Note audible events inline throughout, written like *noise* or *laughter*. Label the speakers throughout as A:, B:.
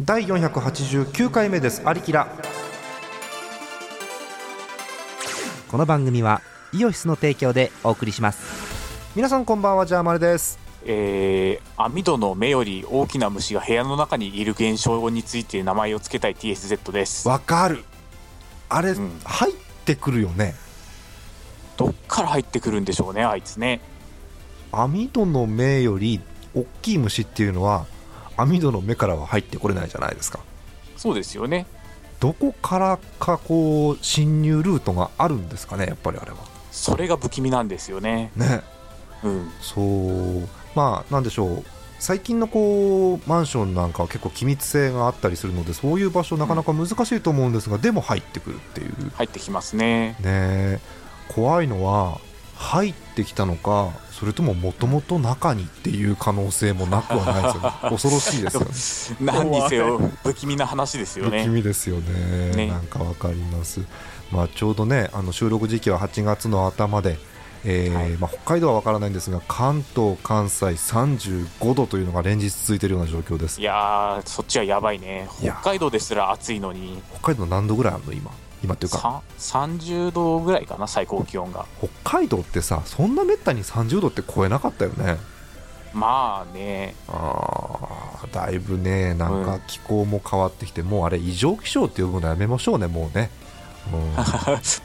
A: 第489回目です「アリキラ」この番組はイオシスの提供でお送りします皆さんこんばんはジャーマルです
B: えー、網戸の目より大きな虫が部屋の中にいる現象について名前を付けたい TSZ です
A: わかるあれ、
B: ん
A: 入ってくるよね
B: どっから入ってくるんでしょうねあいつね
A: 網戸の目より大きい虫っていうのは網戸の目からは入ってこれないじゃないですか
B: そうですよね
A: どこからかこう侵入ルートがあるんですかねやっぱりあれは
B: それが不気味なんですよね
A: ね
B: うん
A: そうまあなんでしょう最近のこうマンションなんかは結構機密性があったりするのでそういう場所なかなか難しいと思うんですが、でも入ってくるっていうね
B: 入ってきますね
A: え怖いのは入ってきたのかそれとももともと中にっていう可能性もなくはないですよね恐ろしいですよね
B: 何にせよ不気味な話ですよ
A: 不気
B: ね
A: 味ですよね
B: ね
A: なんかわかります、まあ、ちょうどねあの収録時期は8月の頭で、えー
B: はい
A: まあ、北海道はわからないんですが関東関西35度というのが連日続いているような状況です
B: いやーそっちはやばいね
A: いや
B: 北海道ですら暑いのに
A: 北海道何度ぐらいあるの今今っていうか
B: さん30度ぐらいかな最高気温が
A: 北海道ってさそんなめったに30度って超えなかったよね
B: まあね
A: あーだいぶねなん
B: う
A: か
B: ん
A: 気候も変わってきて、もうあれ異常気象って呼ぶのやめましょうねもうね、うん、
B: も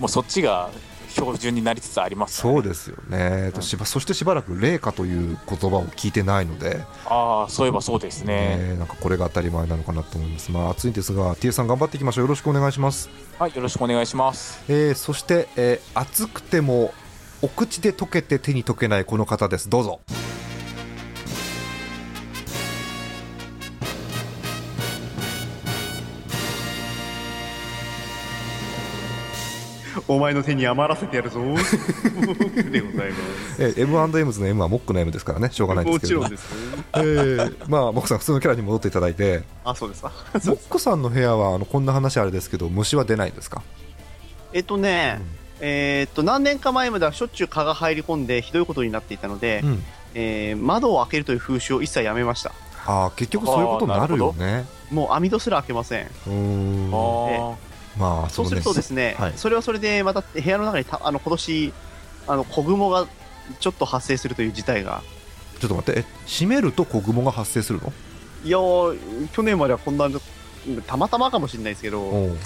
B: うそっちが標準になりつつありますからね
A: そうですよね、としばそしてしばらく冷夏という言葉を聞いてないので、
B: ああそういえばそうですね
A: ねなんかこれが当たり前なのかなと思います、まあ、暑いんですが T さん頑張っていきましょうよろしくお願いします、
B: はいよろしくお願いします
A: えーそして、えー暑くてもお口で溶けて手に溶けないこの方ですどうぞ
C: お前の手に余らせて *laughs* やるぞでございます
A: えー M&M's の M はモックの M ですからねしょうがないんで
C: も
A: すけ
C: ち
A: ど
C: ろんですね
A: えーまあモックさん普通のキャラに戻っていただいて
C: あ *laughs* そうですか
A: モックさんの部屋はあのこんな話あれですけど虫は出ないですか
C: えっとね、えーっと何年か前まではしょっちゅう蚊が入り込んでひどいことになっていたので、
A: うん
C: えー窓を開けるという風習を一切やめました
A: あー結局そういうことになるよね
C: もう網戸すら開けません
A: うーん
B: あー
A: まあ
C: そう
A: の
C: するとですね、
A: はい
C: それはそれでまた部屋の中にたあの今年あの子雲がちょっと発生するという事態が
A: ちょっと待って、え閉めると小雲が発生するの
C: いやー去年まではこんなたまたまかもしれないですけど、
A: おう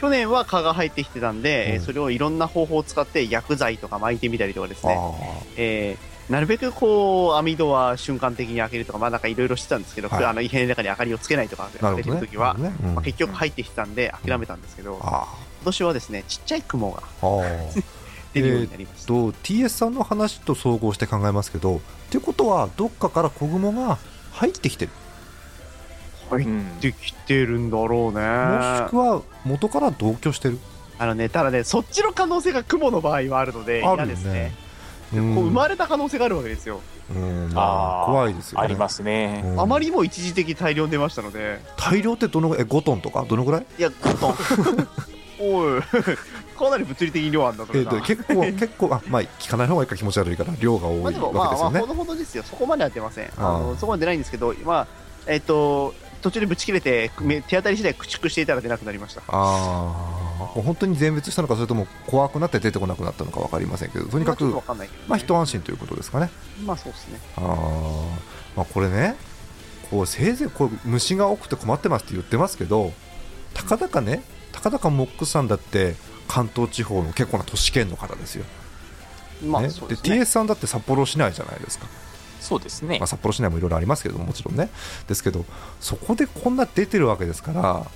C: 去年は蚊が入ってきてたんで、えー
A: うん
C: それをいろんな方法を使って薬剤とか巻いてみたりとかですね、
A: あ
C: えーなるべくこう網戸は瞬間的に開けるとか、まあ、なんかいろいろしてたんですけど、
A: はい
C: あの異変の中に明かりをつけないとか
A: あ、な
C: やっ
A: る
C: て
A: ほど
C: る
A: ね。
C: 時
A: な
C: は、
A: るほどねうん
C: まあ、結局入ってきてたんで諦めたんですけど、今
A: あ
C: 年はですねちっちゃい雲
A: あ、
C: が
A: ああ。
C: 出るようになりました、
A: と、TS さんの話と総合して考えますけど、ってことは、どっかから小雲が入ってきてる。
C: 入
B: うん
C: ってきてるんだろうね
A: もしくは、元から同居してる。
C: あのねただねそっちの可能性が雲の場合はあるので
A: あ
C: 嫌
A: る
C: で
A: よ
C: すね
A: ね。うん
C: こう生まれた可能性があるわけですよ、
A: うんまあ
B: あー
A: 怖いですよね。
B: ありますね、
A: うん
C: あまりにも一時的に大量に出ましたので
A: 大量ってどのぐらいえ5トンとかどのぐらい、
C: いや、コトン。 *laughs* おい、 *laughs* かなり物理的に量あんだそ
A: え
C: れ
A: っ
C: な。
A: と結構結構あまあ聞かない方がいいか気持ち悪いから量が多い
C: ま
A: わ
C: あ
A: け
C: で
A: です
C: も、まあ、ま
A: よ
C: あ、
A: ね
C: ほ。どほどですよ。そこまでは出ません。あ
A: あー
C: の、そこまで出ないんですけど、まあ、えっ、と、途中でぶち切れて、め手当たり次第駆逐していたら出なくなりました。
A: ああ本当に全滅したのかそれとも怖くなって出てこなくなったのか分かりませんけどとにかく
C: まあちょっとわかんないけどね、
A: まあ一安心ということですかね
C: まあ、そうですね。
A: あー、まあ、これねこうせいぜいこう虫が多くて困ってますって言ってますけどたかだかねたかだかモックさんだって関東地方の結構な都市圏の方ですよ、
C: ま
A: ね
C: あ、そうです
A: で TS
C: ね。
A: さんだって札幌市内じゃないですか、
B: そうですね
A: まあ、札幌市内もいろいろありますけどももちろんねですけどそこでこんな出てるわけですから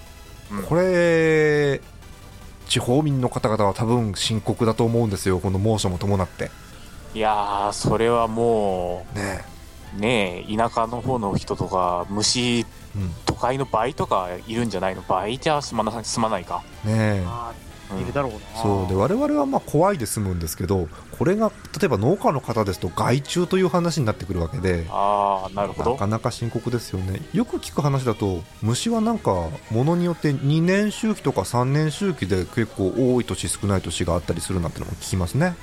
B: うん
A: これ地方民の方々は多分深刻だと思うんですよこの猛暑も伴って
B: いやーそれはも
A: ね
B: うねえ田舎の方の人とか虫
A: え、うん、
B: 都会の倍とかいるんじゃないの倍じゃ済まな済まないか、
A: ねえ
C: あ
B: うん
C: ーいるだろうな。
A: そうで我々はまあ怖いで済むんですけどこれが例えば農家の方ですと害虫という話になってくるわけで
B: ああなるほ
A: な
B: ど
A: かなか深刻ですよねよく聞く話だと虫はなんかものによって2年周期とか3年周期で結構多い年少ない年があったりするなんてのも聞きますね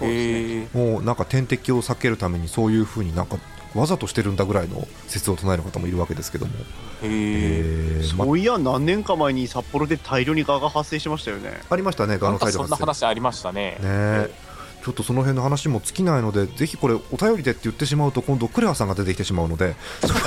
C: そうですね。
B: へえ
A: もうなんか天敵を避けるためにそういうふうになんかわざとしてるんだぐらいの説を唱える方もいるわけですけども、
B: へえ
A: えーま
C: そういや何年か前に札幌で大量に蚊が発生しましたよね
A: ありましたね、ガ
B: な
A: の
B: んか
A: 大量
B: そん
A: 発
B: な
A: 生
B: 話ありましたね
A: ねえちょっとその辺の話も尽きないのでぜひこれお便りでって言ってしまうと今度クレアさんが出てきてしまうので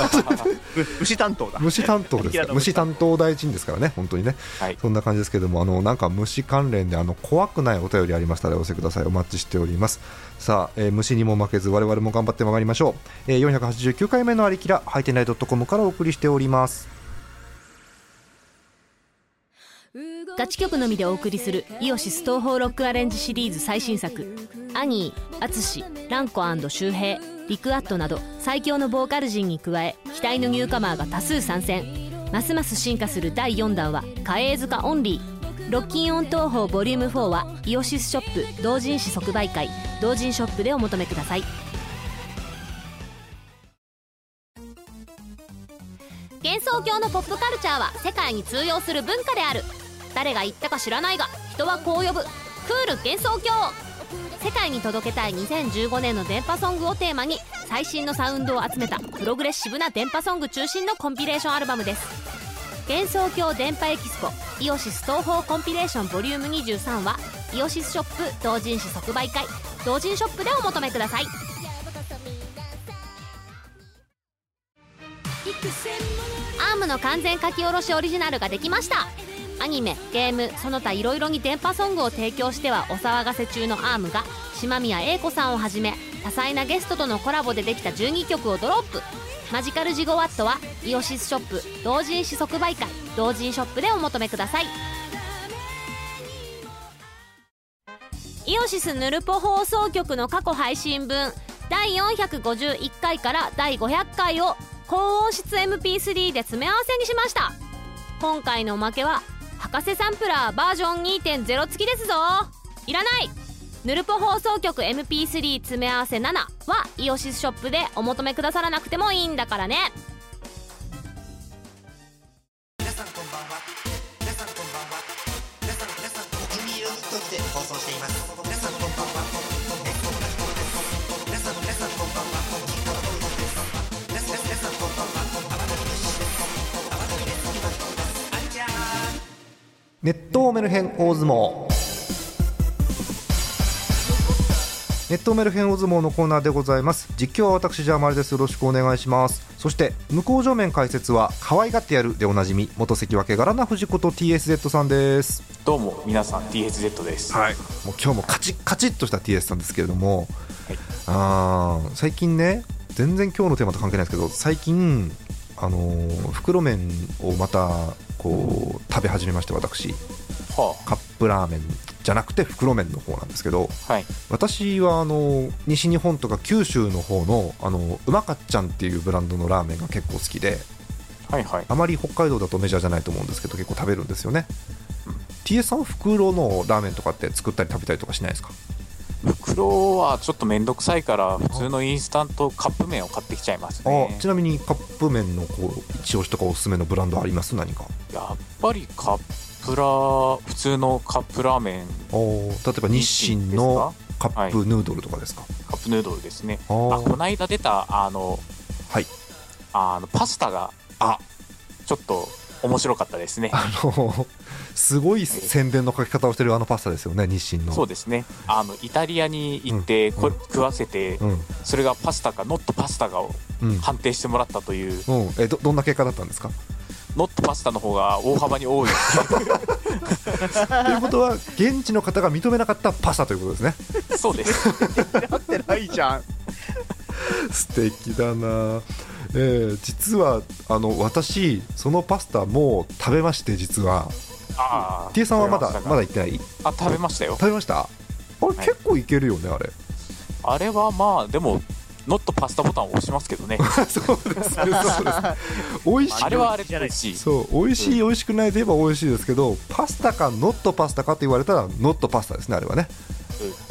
C: う牛担当だ
A: 虫担 *laughs* 当です
C: 平
A: か
C: 田
A: 虫担当大臣ですからね本当にね *laughs*
B: はい
A: そんな感じですけどもあのなんか虫関連であの怖くないお便りありましたらお寄せくださいお待ちしておりますさあ、えー虫にも負けず我々も頑張ってまいりましょう、えー489回目のありきらハイテナイドットコムからお送りしております
D: ガチ曲のみでお送りするイオシス東方ロックアレンジシリーズ最新作「アニー」「アツシ」「ランコ周平」「リクアット」など最強のボーカル陣に加え期待のニューカマーが多数参戦ますます進化する第4弾は「カエーズカオンリー」ロッキンオン東宝ボリューム4はイオシスショップ同人誌即売会同人ショップでお求めください幻想郷のポップカルチャーは世界に通用する文化である誰が言ったか知らないが人はこう呼ぶクール幻想郷世界に届けたい2015年の電波ソングをテーマに最新のサウンドを集めたプログレッシブな電波ソング中心のコンピレーションアルバムです幻想郷電波エキスポイオシス東方コンピレーションボリューム23はイオシスショップ同人誌即売会同人ショップでお求めくださいアームの完全書き下ろしオリジナルができましたアニメゲームその他いろいろに電波ソングを提供してはお騒がせ中のアームが島宮英子さんをはじめ多彩なゲストとのコラボでできた12曲をドロップマジカルジゴワットはイオシスショップ同人誌即売会同人ショップでお求めくださいイオシスヌルポ放送局の過去配信分第451回から第500回を高音質 MP3 で詰め合わせにしました今回のおまけは博士サンプラーバージョン2.0付きですぞいらないヌルポ放送局 MP3 詰め合わせ7はイオシスショップでお求めくださらなくてもいいんだからね
E: 皆さんこんばんは皆さんこんばんは皆さん皆さん国民をとして放送しています皆さんこんばんは皆さん皆さんこんばんは皆さん皆さんこんばんはあなたにあなたにあんちゃーん
A: ネットをメルヘン大相撲ネットメルヘン大相撲のコーナーでございます実況は私ジャーマルですよろしくお願いしますそして向こう正面解説は可愛がってやるでおなじみ元関脇柄な藤子と TSZ さんです
B: どうも皆さん THZ です、
C: *laughs*
A: はいもう今日もカチッカチッとした TS さんですけれども、
B: はい
A: あー最近ね全然今日のテーマと関係ないですけど最近あのー袋麺をまたこう食べ始めまして私
B: は
A: カップラーメンじゃなくて袋麺の方なんですけど
B: あはい
A: 私はあの西日本とか九州の方のあのうまかっちゃんっていうブランドのラーメンが結構好きで
B: はいはい
A: あまり北海道だとメジャーじゃないと思うんですけど結構食べるんですよね TS さんは袋のラーメンとかって作ったり食べたりとかしないですか
B: 袋はちょっと面倒くさいから普通のインスタントカップ麺を買ってきちゃいます
A: あ
B: ね
A: ちなみにカップ麺のこう一押しとかおすすめのブランドあります何か
B: やっぱりカップラー普通のカップラーメン
A: お例えば日清のカップヌードルとかですか、
B: カップヌードルですね
A: あ
B: あ
A: ー
B: この間出たあの
A: はい
B: あのパスタが
A: あ
B: ちょっと面白かったですね
A: あのすごい宣伝の書き方をしてるあのパスタですよね日清の
B: そうですねあのイタリアに行って、
A: うん
B: こ
A: うん
B: 食わせて、
A: うん
B: それがパスタかノットパスタかを
A: うん
B: 判定してもらったという、
A: うん、えどどんな結果だったんですか
B: ノットパスタの方が大幅に多い
A: *laughs* ということは現地の方が認めなかったパスタということですね *laughs*
B: そうです
C: なってないじゃん
A: 素敵だな、えー実はあの私そのパスタもう食べまして実は
B: ああ
A: T さんはまだ
B: 食べ
A: まだ
B: し
A: 行ってない
B: たかあ食べましたよ
A: 食べましたあれ、
B: い
A: 結構いけるよねあれ
B: あれはまあでもノットパスタボタンを押しますけどね
A: *laughs* そうですそうです美味し
B: あれはあれで美味しい
A: いそう美味しい美味しくないといえば美味しいですけどパスタかノットパスタかって言われたらノットパスタですねあれはね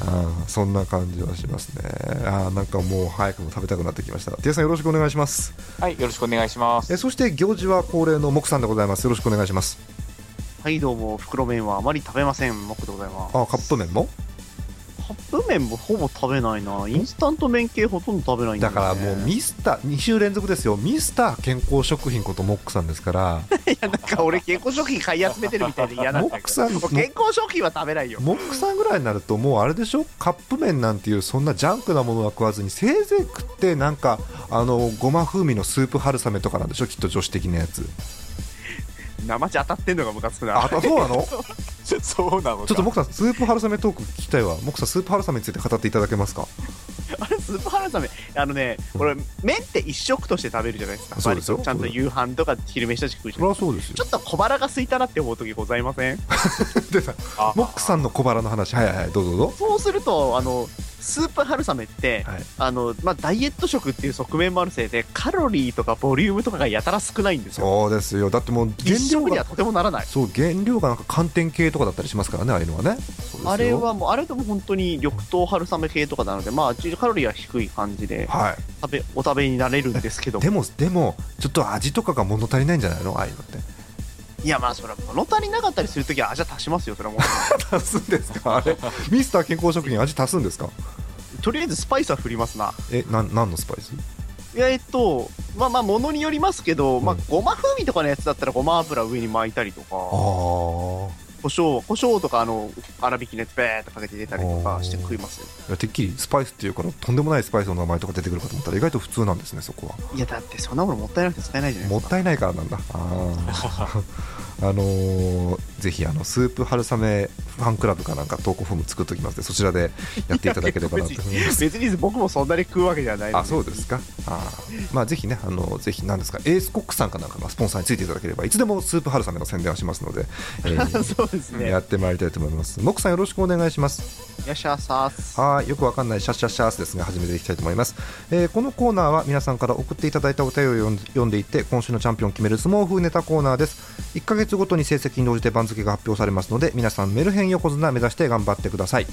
A: あーそんな感じはしますねあーなんかもう早くも食べたくなってきました T さんよろしくお願いします
B: はいよろしくお願いします
A: えそして行事は恒例の木さんでございますよろしくお願いします
C: はいどうも袋麺はあまり食べませんモックでございます
A: あカップ麺も
C: カップ麺もほぼ食べないなインスタント麺系ほとんど *laughs* 食べないん
A: だ
C: だ、ね、
A: からもうミスター2週連続ですよミスター健康食品ことモックさんですから
C: いやなんか俺健康食品買い集めてるみたいで嫌なん
A: モ
C: だ
A: ッ
C: け
A: クさん
C: ど
A: モ
C: もう健康食品は食べないよ
A: モックさんぐらいになるともうあれでしょカップ麺なんていうそんなジャンクなものは食わずにせいぜい食ってなんかあのごま風味のスープ春雨とかなんでしょきっと女子的なやつ
C: 生地当たってんのがムカつくな
A: あそうなの
B: そうなのか
A: ちょっとモックさんスープ春雨トーク聞きたいわモックさんスープ春雨について語っていただけますか
C: あれスープ春雨あのね俺麺って一食として食べるじゃないですか
A: そうですよ
C: 割とちゃんと夕飯とか昼飯として食うじゃ
A: そ
C: ん
A: りゃそうです
C: ちょ
A: よ
C: っと小腹が空いたなって思う時ございません
A: *laughs* でさ
B: あ
A: モックさんの小腹の話はいはいはいどうぞどうぞ
C: そうするとあのスープ春雨って、
A: はい
C: あのまあ、ダイエット食っていう側面もあるせいでカロリーとかボリュームとかがやたら少ないんですよ
A: そうですよだってもう原
C: 一
A: 料
C: 食には
A: が
C: とてもならない
A: そう原料がなんか寒天系とかだったりしますからねああいうのはねそうですよ
C: あれはもうあれでも本当に緑豆春雨系とかなのでまあカロリーは低い感じで
A: はい
C: 食べお食べになれるんですけど
A: でもでもちょっと味とかが物足りないんじゃないのああいうのって
C: いやまあそれは物足りなかったりするときは味は足しますよそれはも
A: 足すんですかあれミスター健康食品味足すんですか
C: うとりあえずスパイスは振りますな
A: えなん何のスパイス
C: いやえっとまあまあ物によりますけど、まあ
A: うん
C: ごま風味とかのやつだったらごま油上に巻いたりとか
A: ああ
C: 胡椒胡椒とかあの粗挽きのやつべーっとかけて入れたりとかして食いますよ
A: てっきりスパイスっていうからとんでもないスパイスの名前とか出てくるかと思ったら意外と普通なんですねそこはい
C: やだってそんなものもったいなくて使えないじゃない
A: も
C: で
A: っ
C: すか
A: たいないからなんだあーあのーぜひあのスープ春雨ファンクラブかなんか投稿フォーム作っときますのでそちらでやっていただければなと思います
C: *laughs* 別に僕もそんなに食うわけじゃないの
A: あそうですかあーまあぜひねあのぜひなんですかエースコックさんかなんかがスポンサーについていただければいつでもスープ春雨の宣伝はしますので、えー
C: そうですね
A: やってまいりたいと思いますモックさんよろしくお願いします
C: いらっしゃいさーす
A: はい、よくわかんないシャッシャッシャースですが始めていきたいと思います、えーこのコーナーは皆さんから送っていただいたお便りを読ん読んでいって今週のチャンピオンを決める相撲風ネタコーナーです1ヶ月ごとに成績に応じて番付が発表されますので皆さんメルヘン横綱目指して頑張ってください、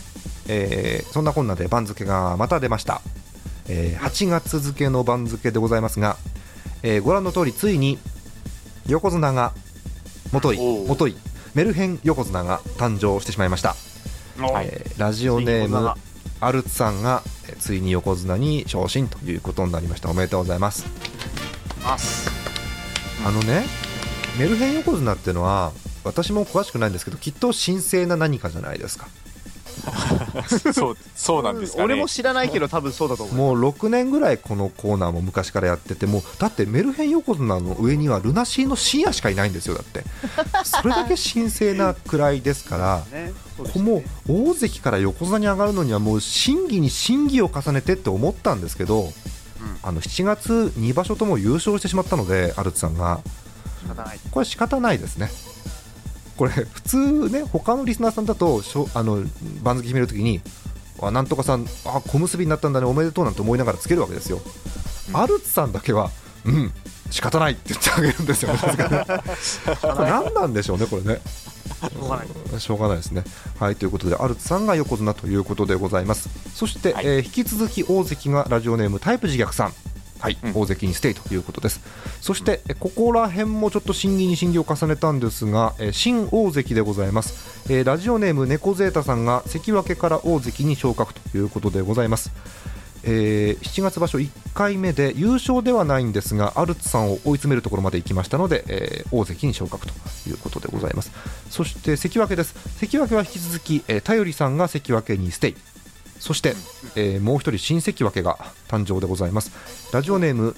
A: えーそんなこんなで番付がまた出ました、えー8月付の番付でございますが、えーご覧の通りついに横綱が元い
B: おう
A: 元いメルヘン横綱が誕生してしまいました
B: はい
A: えーラジオネー
C: ついに
A: ム
C: 横綱
A: アルツさんがえーついに横綱に昇進ということになりましたおめでとうございます
C: ます
A: あのねメルヘン横綱っていうのは私も詳しくないんですけどきっと神聖な何かじゃないですか
B: そうそうなんですかね
C: 俺も知らないけど多分そうだと思う
A: もう6年ぐらいこのコーナーも昔からやっててもうだってメルヘン横綱の上にはルナシーの深夜しかいないんですよだってそれだけ神聖な位ですから
C: ねそうです
A: こ
C: ね
A: もう大関から横綱に上がるのにはもう審議に審議を重ねてって思ったんですけど、あの7月2場所とも優勝してしまったのでアルツさんが
C: 仕方ない
A: これ仕方ないですねこれ普通ね他のリスナーさんだとしょあの番付決めるときにあなんとかさんあ小結びになったんだねおめでとうなんて思いながらつけるわけですよ、アルツさんだけはうん仕方ないって言ってあげるんです *laughs* よねこれ何なんでしょうねこれね
C: しょうがない
A: しょうがないですね。はいということで、アルツさんが横綱ということでございます。そして、
B: はい
A: えー引き続き大関がラジオネームタイプ自虐さん。はい、
B: うん
A: 大関にステイということです。そして、えここら辺もちょっと審議に審議を重ねたんですが、えー新大関でございます。えーラジオネーム猫ゼータさんが関脇から大関に昇格ということでございます。えー7月場所1回目で優勝ではないんですがアルツさんを追い詰めるところまで行きましたので、えー大関に昇格ということでございますそして関脇です関脇は引き続き、えー、頼りさんが関脇にステイそして、えーもう一人新関脇が誕生でございますラジオネーム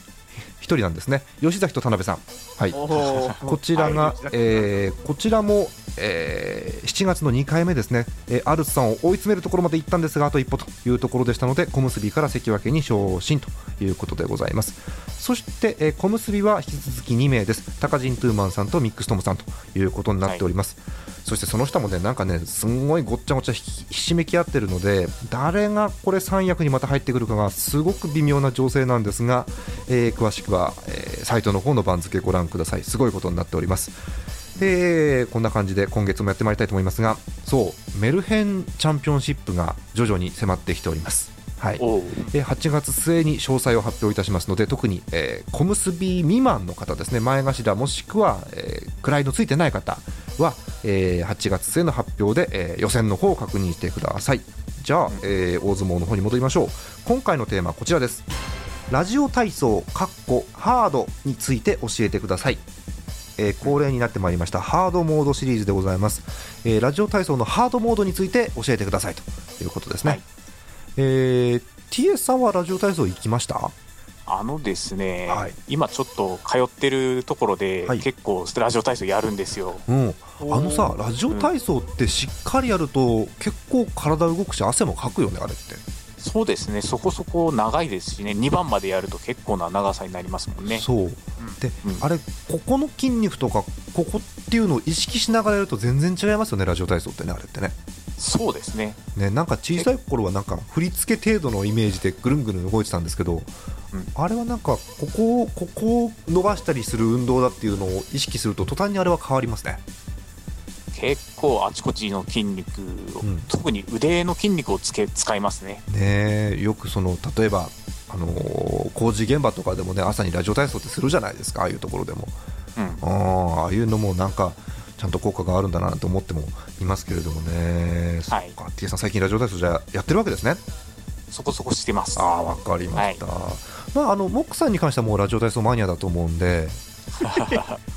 A: 一人なんですね吉崎と田辺さんはい
C: おー
A: こちらが
C: あ吉、崎
A: えーこちらも、えー7月の2回目ですね、えーアルツさんを追い詰めるところまで行ったんですが、あと一歩というところでしたので、小結から関脇に昇進ということでございます。そして、えー小結は引き続き2名です、高人トゥーマンさんとミックストムさんということになっております。そしてその下もね、なんかね、すんごいごっちゃごちゃひひしめき合ってるので、誰がこれ三役にまた入ってくるかが、すごく微妙な情勢なんですが、えー詳しくは、えーサイトの方の番付ご覧ください。すごいことになっております。えーこんな感じで今月もやってまいりたいと思いますが、そう、メルヘンチャンピオンシップが徐々に迫ってきております。はい。
B: おう
A: えー8月末に詳細を発表いたしますので特に、えー小結び未満の方ですね前頭もしくは、えー位のついてない方は、えー8月末の発表で、えー予選の方を確認してくださいじゃあ、えー大相撲の方に戻りましょう今回のテーマはこちらですラジオ体操かっこハードについて教えてください、えー恒例になってまいりましたハードモードシリーズでございます、えーラジオ体操のハードモードについて教えてくださいということですね、
B: はい
A: えー TS さんはラジオ体操行きました
B: あのですね、
A: はい
B: 今ちょっと通ってるところで、
A: はい
B: 結構ラジオ体操やるんですよ。
A: うん、あのさラジオ体操ってしっかりやると結構体動くし汗もかくよねあれって
B: そうですね、そこそこ長いですしね、2番までやると結構な長さになりますもんね。
A: そう、で、
B: うん
A: あれここの筋肉とかここっていうのを意識しながらやると全然違いますよねラジオ体操ってねあれってね
B: そうですね、
A: ねなんか小さい頃はなんか振り付け程度のイメージでぐるんぐるん動いてたんですけど、
B: うん
A: あれはなんかここをここを伸ばしたりする運動だっていうのを意識すると途端にあれは変わりますね
B: 結構あちこちの筋肉を、
A: うん
B: 特に腕の筋肉をつけ使いますね。
A: ねえよくその例えば、あのー工事現場とかでもね朝にラジオ体操ってするじゃないですかああいうところでも
B: うん
A: あーああいうのもなんかちゃんと効果があるんだなと思ってもいますけれどもね、
B: はい
A: そっか T さん最近ラジオ体操じゃあやってるわけですね
B: そこそこしてます。
A: ああわかりました、まああのモックさんに関してはもうラジオ体操マニアだと思うん
C: *laughs*
A: で、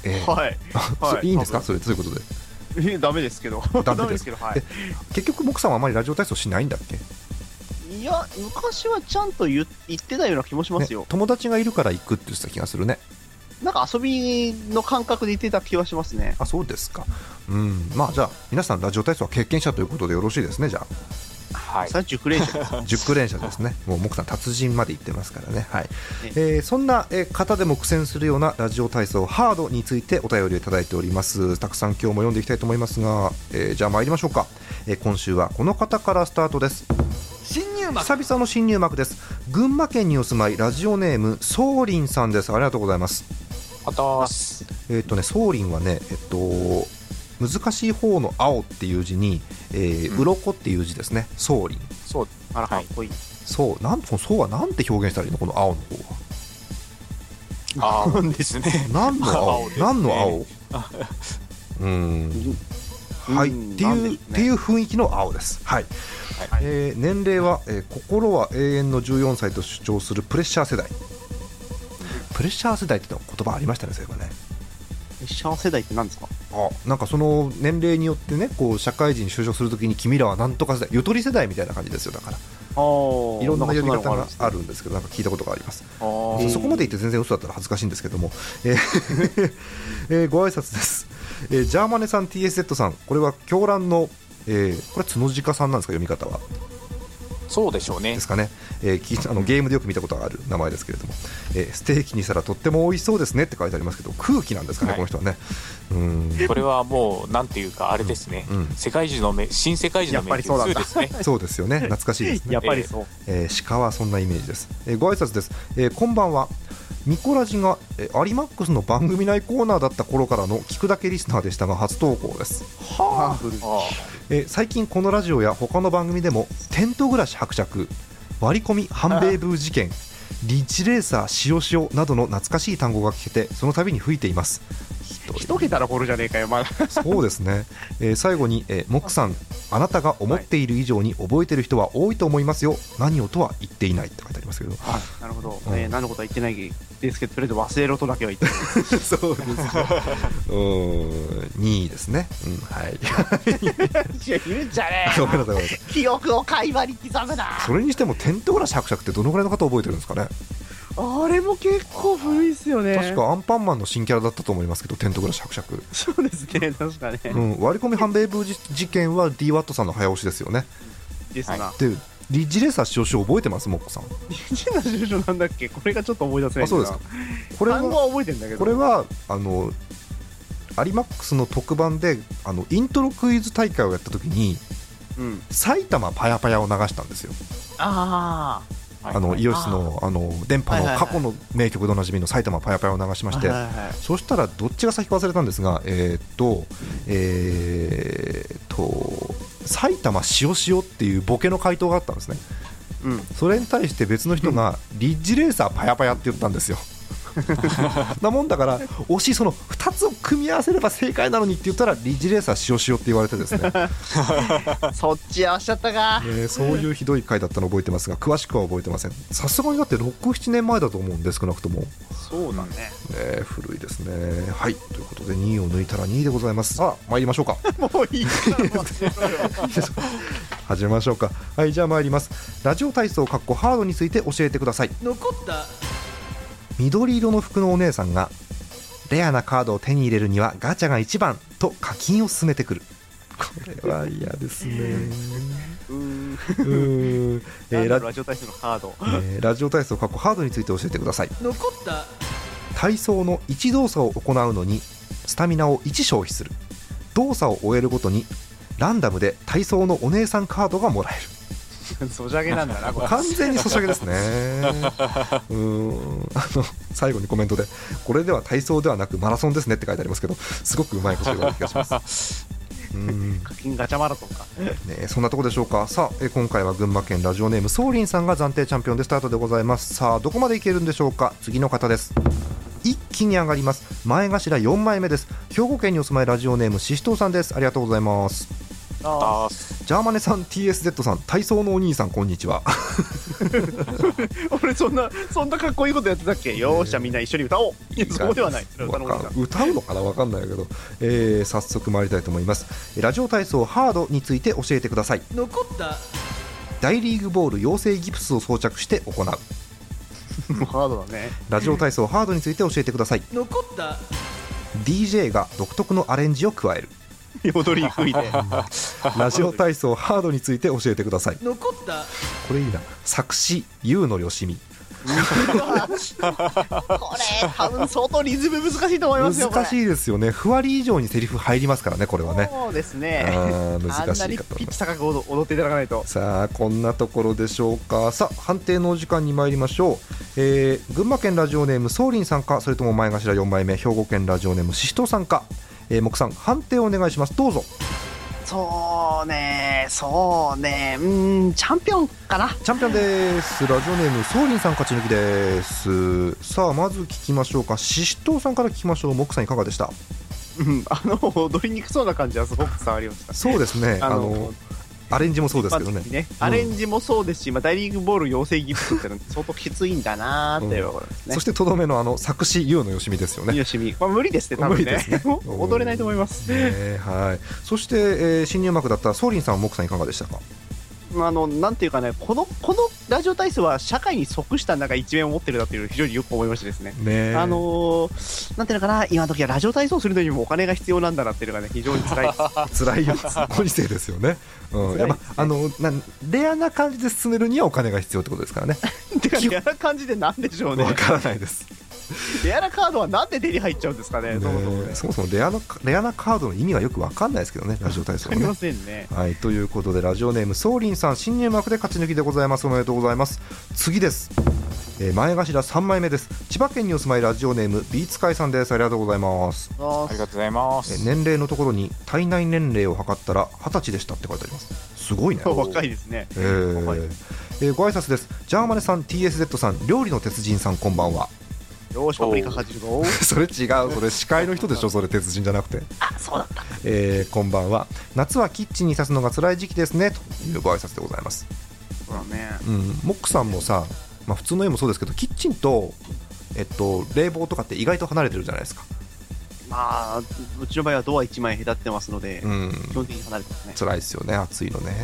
A: えー、
C: はい。は
A: *laughs*
C: いい。
A: いんですかそれということで
C: えダメですけど。
A: ダ
C: ダ
A: メ
C: メ
A: で
C: ですすけど、はい。
A: 結局モックさんはあまりラジオ体操しないんだっけ、
C: いや、昔はちゃんと言言ってたような気もします
A: ね
C: よ、。
A: 友達がいるから行くって言ってた気がするね
C: なんか遊びの感覚で言ってた気はしますね。
A: あそうですかうんまあじゃあ皆さんラジオ体操は経験者ということでよろしいですねじゃあ
B: はい、
C: さっきフレーション
A: 熟練者ですね、もう木さん、達人まで行ってますからね、はいえーそんなえー方でも苦戦するようなラジオ体操、ハードについてお便りをいただいております、たくさん今日も読んでいきたいと思いますが、えーじゃあ参りましょうか、えー今週はこの方からスタートです。
F: 新入幕
A: 久々の新入幕です群馬県にお住まいラジオネームソーリンさんですありがとうございます
B: あとす。
A: えっ、とねソーリンはねえっと難しい方の青っていう字に、えー、
B: うん
A: 鱗っていう字ですねソーリン
B: そう、
C: あら、か
B: は
C: っ
B: い、
C: こいい。
A: そうなんそのそうはなんて表現したらいいのこの青の方は
B: ああ、ですね。
A: 何の青
B: 青ですね
A: 何の青うーんはいっ
C: うん
A: て
C: ないん
A: う、
C: でしょ
A: っ
C: うね
A: ていう雰囲気の青ですはい、
B: はい
A: えー年齢は、えー心は永遠の14歳と主張するプレッシャー世代プレッシャー世代って言葉ありましたねそういえばね
C: シャー世代って何ですか
A: あなんかその年齢によってねこう社会人に就職するときに君らはなんとか世代ゆとり世代みたいな感じですよだから
C: ああ
A: いろんな呼び
C: そ
A: 方
C: のが
A: があるんですけどなんか聞いたことがありますそうそこまで言って全然嘘だったら恥ずかしいんですけども、えーえーご挨拶です、えージャーマネさん TSZ さんこれは狂乱の、えーこれは角鹿さんなんですか読み方は
B: そうでしょうね
A: で。すかね、えー聞いたあのゲームでよく見たことがある名前ですけれども、えーステーキにしたらとっても美味しそうですねって書いてありますけど空気なんですかね、
B: はい
A: この人はねうーん
B: これはもう、なんていうか、あれですね。
A: うん
B: 世界中のめ、新世界中の
C: やっぱ
B: 名
C: りそうなん
B: 数
C: だ
B: ですね。
A: そうですよね懐かしいですね
C: やっぱりそう。
A: えー鹿はそんなイメージです、えーご挨拶です、えーこんばんはミコラジが、えー、アリマックスの番組内コーナーだった頃からの聞くだけリスナーでしたが初投稿です、
C: は *laughs* あ。
B: あ
A: えー最近このラジオや他の番組でもテント暮らし伯爵割り込み反米ブー事件リッチレーサー塩塩などの懐かしい単語が聞けてその度に吹いていますひどい
C: 一桁の頃じゃねえかよ、まだ。
A: そうですね、えー最後に、えー、モックさん、あなたが思っている以上に覚えてる人は多いと思いますよ、何をとは言っていないって書いてありますけど、
C: なるほど。
A: うん
C: えー何のことは言ってないですけど、とりあえず忘れろとだけは言ってる。
A: *laughs* そうですね。うーん、2位ですね。うん、はい。
C: いや、言うんじゃね
A: ごめんなさい、ごめんなさい。
C: 記憶を会話に刻むな
A: それにしても、テントグラシ伯爵ってどのぐらいの方覚えてるんですかね。
C: あれも結構古いっすよね
A: 確かアンパンマンの新キャラだったと思いますけど、テントグラシ伯爵。
C: そうですね確かね、
A: うん、割り込み反米ブー事事件は D ワットさんの早押しですよね。
C: ですな、
A: で、リッジレーサー使用書覚えてます、モッコさん。
C: 変な住所なんだっけこれがちょっと思い出せない
A: あ、そうですか。こ
C: こ
A: れ
C: れ単語
A: は、
C: は覚えてんだけど
A: これは、あの。アリマックスの特番であのイントロクイズ大会をやった時に
C: うん
A: 埼玉パヤパヤを流したんですよ
C: あ
B: あはい
A: あの
B: はい
A: イオシスのあの電波の過去の名曲でおなじみの埼玉パヤパヤを流しま
C: あ
A: して、
C: はいはいはい
A: そしたらどっちが先か忘れたんですが、えーっと、えーっと、埼玉塩塩っていうボケの回答があったんですね、
C: うん
A: それに対して別の人が、リッジレーサーパヤパヤって言ったんですよ。なもんだから推しその2つを組み合わせれば正解なのにって言ったらリッジレーサー使用しようって言われてですね
C: そっち合わしちゃったか。
A: ねそういうひどい回だったのを覚えてますが詳しくは覚えてませんさすがにだって67年前だと思うんで少なくとも、ね
C: そうだね。
A: え古いですねはいということで2位を抜いたら2位でございますさあ参りまし *laughs* ょうか
C: もういいからもう
A: 始めましょうかはいじゃあ参りますラジオ体操かっこハードについて教えてください
F: 残った
A: 緑色の服のお姉さんがレアなカードを手に入れるにはガチャが一番と課金を進めてくるこれは嫌です *laughs* ね
C: うーん。
A: うーん、えーラ
C: ラジオ体操のカード。 *laughs*
A: えーラジオ体操かっこハードについて教えてください
F: 残った
A: 体操の1動作を行うのにスタミナを1消費する動作を終えるごとにランダムで体操のお姉さんカードがもらえる
C: そじゃげなんだな、これ。
A: 完全にソシャゲ
F: *laughs*
A: ですねうーんあの最後にコメントでこれでは体操ではなくマラソンですねって書いてありますけどすごくうまいこと言われた気がします
F: *laughs*
A: うん
C: 課金ガチャマラソンか。
A: ね、そんなとこでしょうかさあえー今回は群馬県ラジオネームソーリンさんが暫定チャンピオンでスタートでございますさあどこまでいけるんでしょうか次の方です一気に上がります前頭4枚目です兵庫県にお住まいラジオネームししとうさんですありがとうございます
B: あー
A: ジャーマネさん TSZ さん体操のお兄さんこんにちは
C: 俺そんな、そんなかっこいいことやってたっけよーしゃ、みんな一緒に歌おう。いや、 *laughs* そうではない。歌の
A: わ
C: 方
A: か
C: が
A: ん歌うのかなわかんないけど、えー早速参りたいと思いますラジオ体操ハードについて教えてください
F: 残った
A: 大リーグボール養成ギプスを装着して行う
C: ハードだね。
A: ラジオ体操ハードについて教えてください
F: 残った
A: DJ が独特のアレンジを加える
C: 踊り食いで。
A: ラジオ体操ハードについて教えてください
F: 残った
A: これいいな作詞優のよしみ
C: これ、多分相当リズム難しいと思いますよ。
A: 難しいですよねふわり以上にセリフ入りますからねこれは
C: これ
A: ね
C: そうです
A: あ
C: ね。
A: ー難し
C: あんないに
A: かと思
C: ピ
A: い
C: ッ
A: ま
C: チ
A: す
C: 高く踊踊っていただかないと。
A: さあこんなところでしょうかさあ判定のお時間に参りましょう、えー群馬県ラジオネームソーリンさんかそれとも前頭4枚目兵庫県ラジオネームししとうさんか、えー、木さん判定をお願いしますどうぞ
C: そうね、そうね、うーん、チャンピオンかな。
A: チャンピオンです。ラジオネームソーリンさん勝ち抜きです。さあまず聞きましょうか。ししとうさんから聞きましょう。もくさんいかがでした？
C: うん、あの、踊りにくそうな感じはすごく伝わりました。
A: そうですね。あ
C: あの
A: のアレンジもそうですけどね
C: まあ。アレンジもそうですし、まあ、大リーグボール養成ギフトってのは相当きついんだなーっていうことですね
A: そ。してとどめのあの作詞優のよしみですよね。
C: よしみ、まあ、無理ですね、多分
A: 無理で
C: ね
A: すね
C: 踊れないと思います。
A: ねはい。そして、えー新入幕だったソーリンさんもくさんいかがでしたか？
C: まあ、あの、なんていうかね、この、このラジオ体操は社会に即したなんか一面を持ってるなっていうのを非常によく思いましたですね。
A: ね
C: あのー、なんていうのかな、今の時はラジオ体操するのにもお金が必要なんだなっていうのがね、非常に *laughs* 辛い。
A: 辛いよご時世ですよね。うん。
C: 辛いですね
A: やっぱあのなんレアな感じで進めるにはお金が必要ってことですからね。
C: てか、嫌な感じでなんでしょうね
A: わ。からないです。
C: レアなカードはなんで手に入っちゃうんですかね、そもそも
A: ね
C: ね。
A: そもそもレアのレアなカードの意味がよくわかんないですけどね。ラジオ体操は
C: わかり
A: ね
C: ま。せんね。
A: はい、ということでラジオネームソーリンさん新入幕で勝ち抜きでございますおめでとうございます次です、えー前頭3枚目です千葉県にお住まいラジオネームビーツ会さんですありがとうございます、
C: あ
B: ありがとうございま
A: えー
B: す、
A: 年齢のところに体内年齢を測ったら20歳でしたって書いてありますすごいね
C: ー若いですね。
A: えー
C: 若い
A: えーご挨拶ですジャーマネさん TSZ さん料理の鉄人さんこんばんは
C: よーし、パプリカ80
A: *laughs*
C: 度。
A: それ違うそれ司会の人で
C: *laughs*
A: しょそれ鉄人じゃなくて
C: あ、そうだった。
A: えーこんばんは夏はキッチンに立つのが辛い時期ですねというご挨拶でございます
C: そうだね。
A: うん、モックさんもさ、まあ、普通の家もそうですけどキッチンと、えっと、冷房とかって意外と離れてるじゃないですか、
C: まあ、うちの場合はドア1枚隔ってますので、
A: うん、
C: 基本的に離れてますね。
A: 辛いですよね暑いのね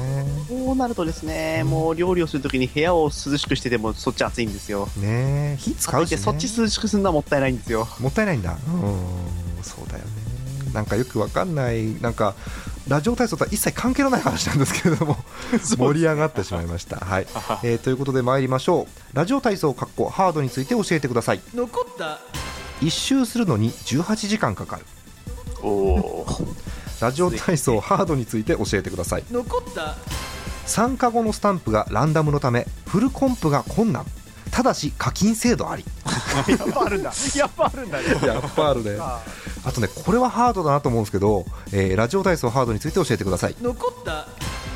C: こうなるとですね、もう料理をするときに部屋を涼しくしててもそっち暑いんですよ。
A: ねえ火使
C: かというっ
A: し、
C: て
A: ね、
C: そっち涼しくするのはもったいないんですよ。
A: もったいないんだうんそうだよねなんかよくわかんないなんかラジオ体操とは一切関係のない話なんですけれ *laughs* ども盛り上がってしまいました、はいえーということで参りましょうラジオ体操かっこハードについて教えてください
F: 残った
A: 1周するのに18時間かかる
B: おおー
A: ラジオ体操ハードについて教えてください
F: 残った
A: 参加後のスタンプがランダムのためフルコンプが困難ただし課金制度あり
C: *laughs* やっぱあるんだ。やっぱあるんだね。
A: やっぱあるねあとねこれはハードだなと思うんですけど、えーラジオ体操ハードについて教えてください
F: 残った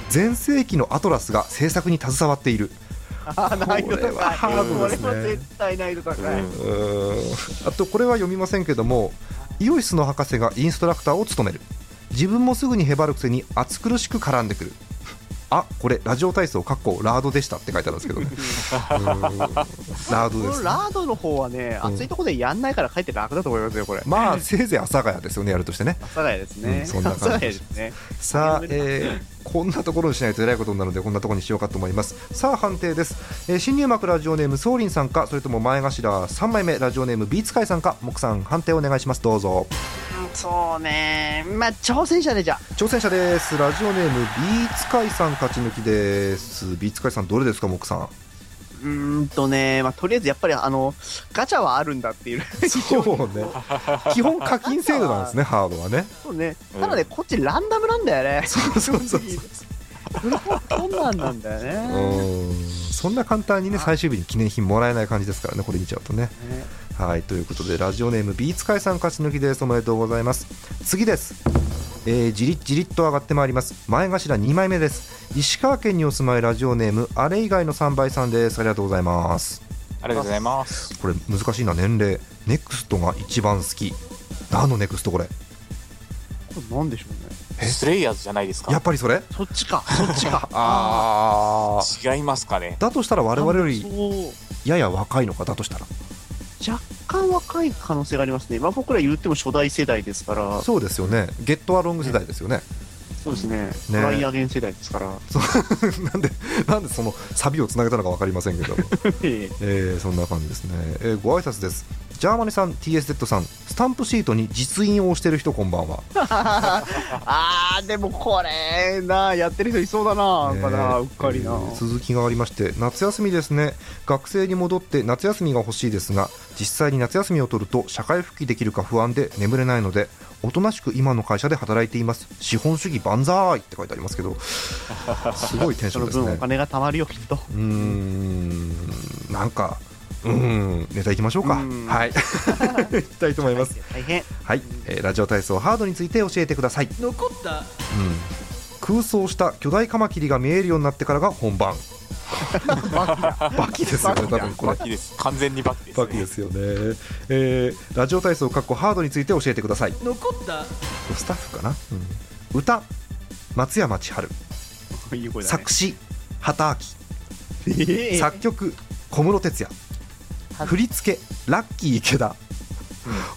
A: 全盛期のアトラスが制作に携わっている
C: *laughs* あ難易度
A: これはハ
C: 高い
A: ード
C: こ
A: で
C: れ
A: すね
C: も絶対難易度高い、
B: うん
A: うーんあとこれは読みませんけどもイオイスの博士がインストラクターを務める自分もすぐにへばるくせに暑苦しく絡んでくるあこれラジオ体操かっこラードでしたって書いてあるんです
C: *laughs*
A: けどねうーんラード
C: こ
A: です
C: の
A: ね
C: ラードの方はね、
A: うん
C: 暑いとこでやんないから帰って楽だと思いますよこれ
A: まあせいぜい阿佐ヶ谷ですよねやるとしてね
C: 阿佐ヶ谷ですね
A: うんそんな
C: 阿
A: 感
C: *laughs* 佐
A: じ
C: ヶ谷ですね
A: さあ、えーこんなところにしないとえらいことになるのでこんなところにしようかと思いますさあ判定です、えー新入幕ラジオネームソーリンさんかそれとも前頭3枚目ラジオネームビーツカイさんか木さん判定お願いしますどうぞ
C: うんそうねまあ挑戦者でじゃあ
A: 挑戦者ですラジオネームビーツカイさん勝ち抜きですビーツカイさんどれですか木さん
C: うーんとね、まあ、とりあえずやっぱりあのガチャはあるんだっていう
A: *laughs* そうね *laughs* 基本課金制度なんですねハードはね
C: そうね
B: うん
C: ただね、こっちランダムなんだよね
A: そうそうそうそう
C: こんなんなんだよ
A: う
C: ね
A: ーんそんな簡単にね最終日に記念品もらえない感じですからねこれ見ちゃうとね
C: ね
A: はいということでラジオネームビーツカイさん勝ち抜きですおめでとうございます次ですえー、じりっじりっと上がってまいります前頭2枚目です石川県にお住まいラジオネームあれ以外の3倍さんですありがとうございます
B: ありがとうございます。
A: これ難しいな年齢ネクストが一番好き何のネクストこれ
C: これなんでしょうね
B: スレイヤーズじゃないです
A: や
B: か
A: っ。ぱりそれ
C: そっちかそっち *laughs* か
A: あー
B: 違いますかね。
A: だとしたら我々より
C: そう
A: やや若いのかだとしたら
C: 若干若い可能性がありますね、まあ、僕ら言っても初代世代ですから、
A: そうですよねゲットアロング世代ですよね
C: そうですね、
A: ね
C: トライアゲン世代ですから、
A: *laughs* なんでなんでそのサビをつなげたのか分かりませんけど、えーそんな感じですね、えーご挨拶ですジャーマネさん TSZ さんスタンプシートに実印を押してる人こんばんは
C: *laughs* あー、でもこれな、やってる人いそうだな、なんかな、
A: ね
C: うっかりな、
A: えー続きがありまして夏休みですね学生に戻って夏休みが欲しいですが実際に夏休みを取ると社会復帰できるか不安で眠れないのでおとなしく今の会社で働いています資本主義万歳って書いてありますけどすごいテンシ
C: そ
A: ョン
C: の
A: です
C: 分お
A: ね
C: 金が貯まるよ、きっと。
A: うーんなんかうーんネタいきましょうか
C: うん
A: はい
C: *laughs*
A: いきたいと思います
C: 大変
A: はい、えーラジオ体操ハードについて教えてください残った、うん、空想した巨大カマキリが見えるようになってからが本番 *laughs* バキですよね多分これ
B: バキです。完全にバキです、ね。
A: バキですよね、えーラジオ体操かっこハードについて教えてください残ったスタッフかな、うん歌松山千春、
C: いい声だね。
A: 作詞畑明
C: ええ
A: 作曲小室哲
C: は
A: 哉振り付けラッキー池田、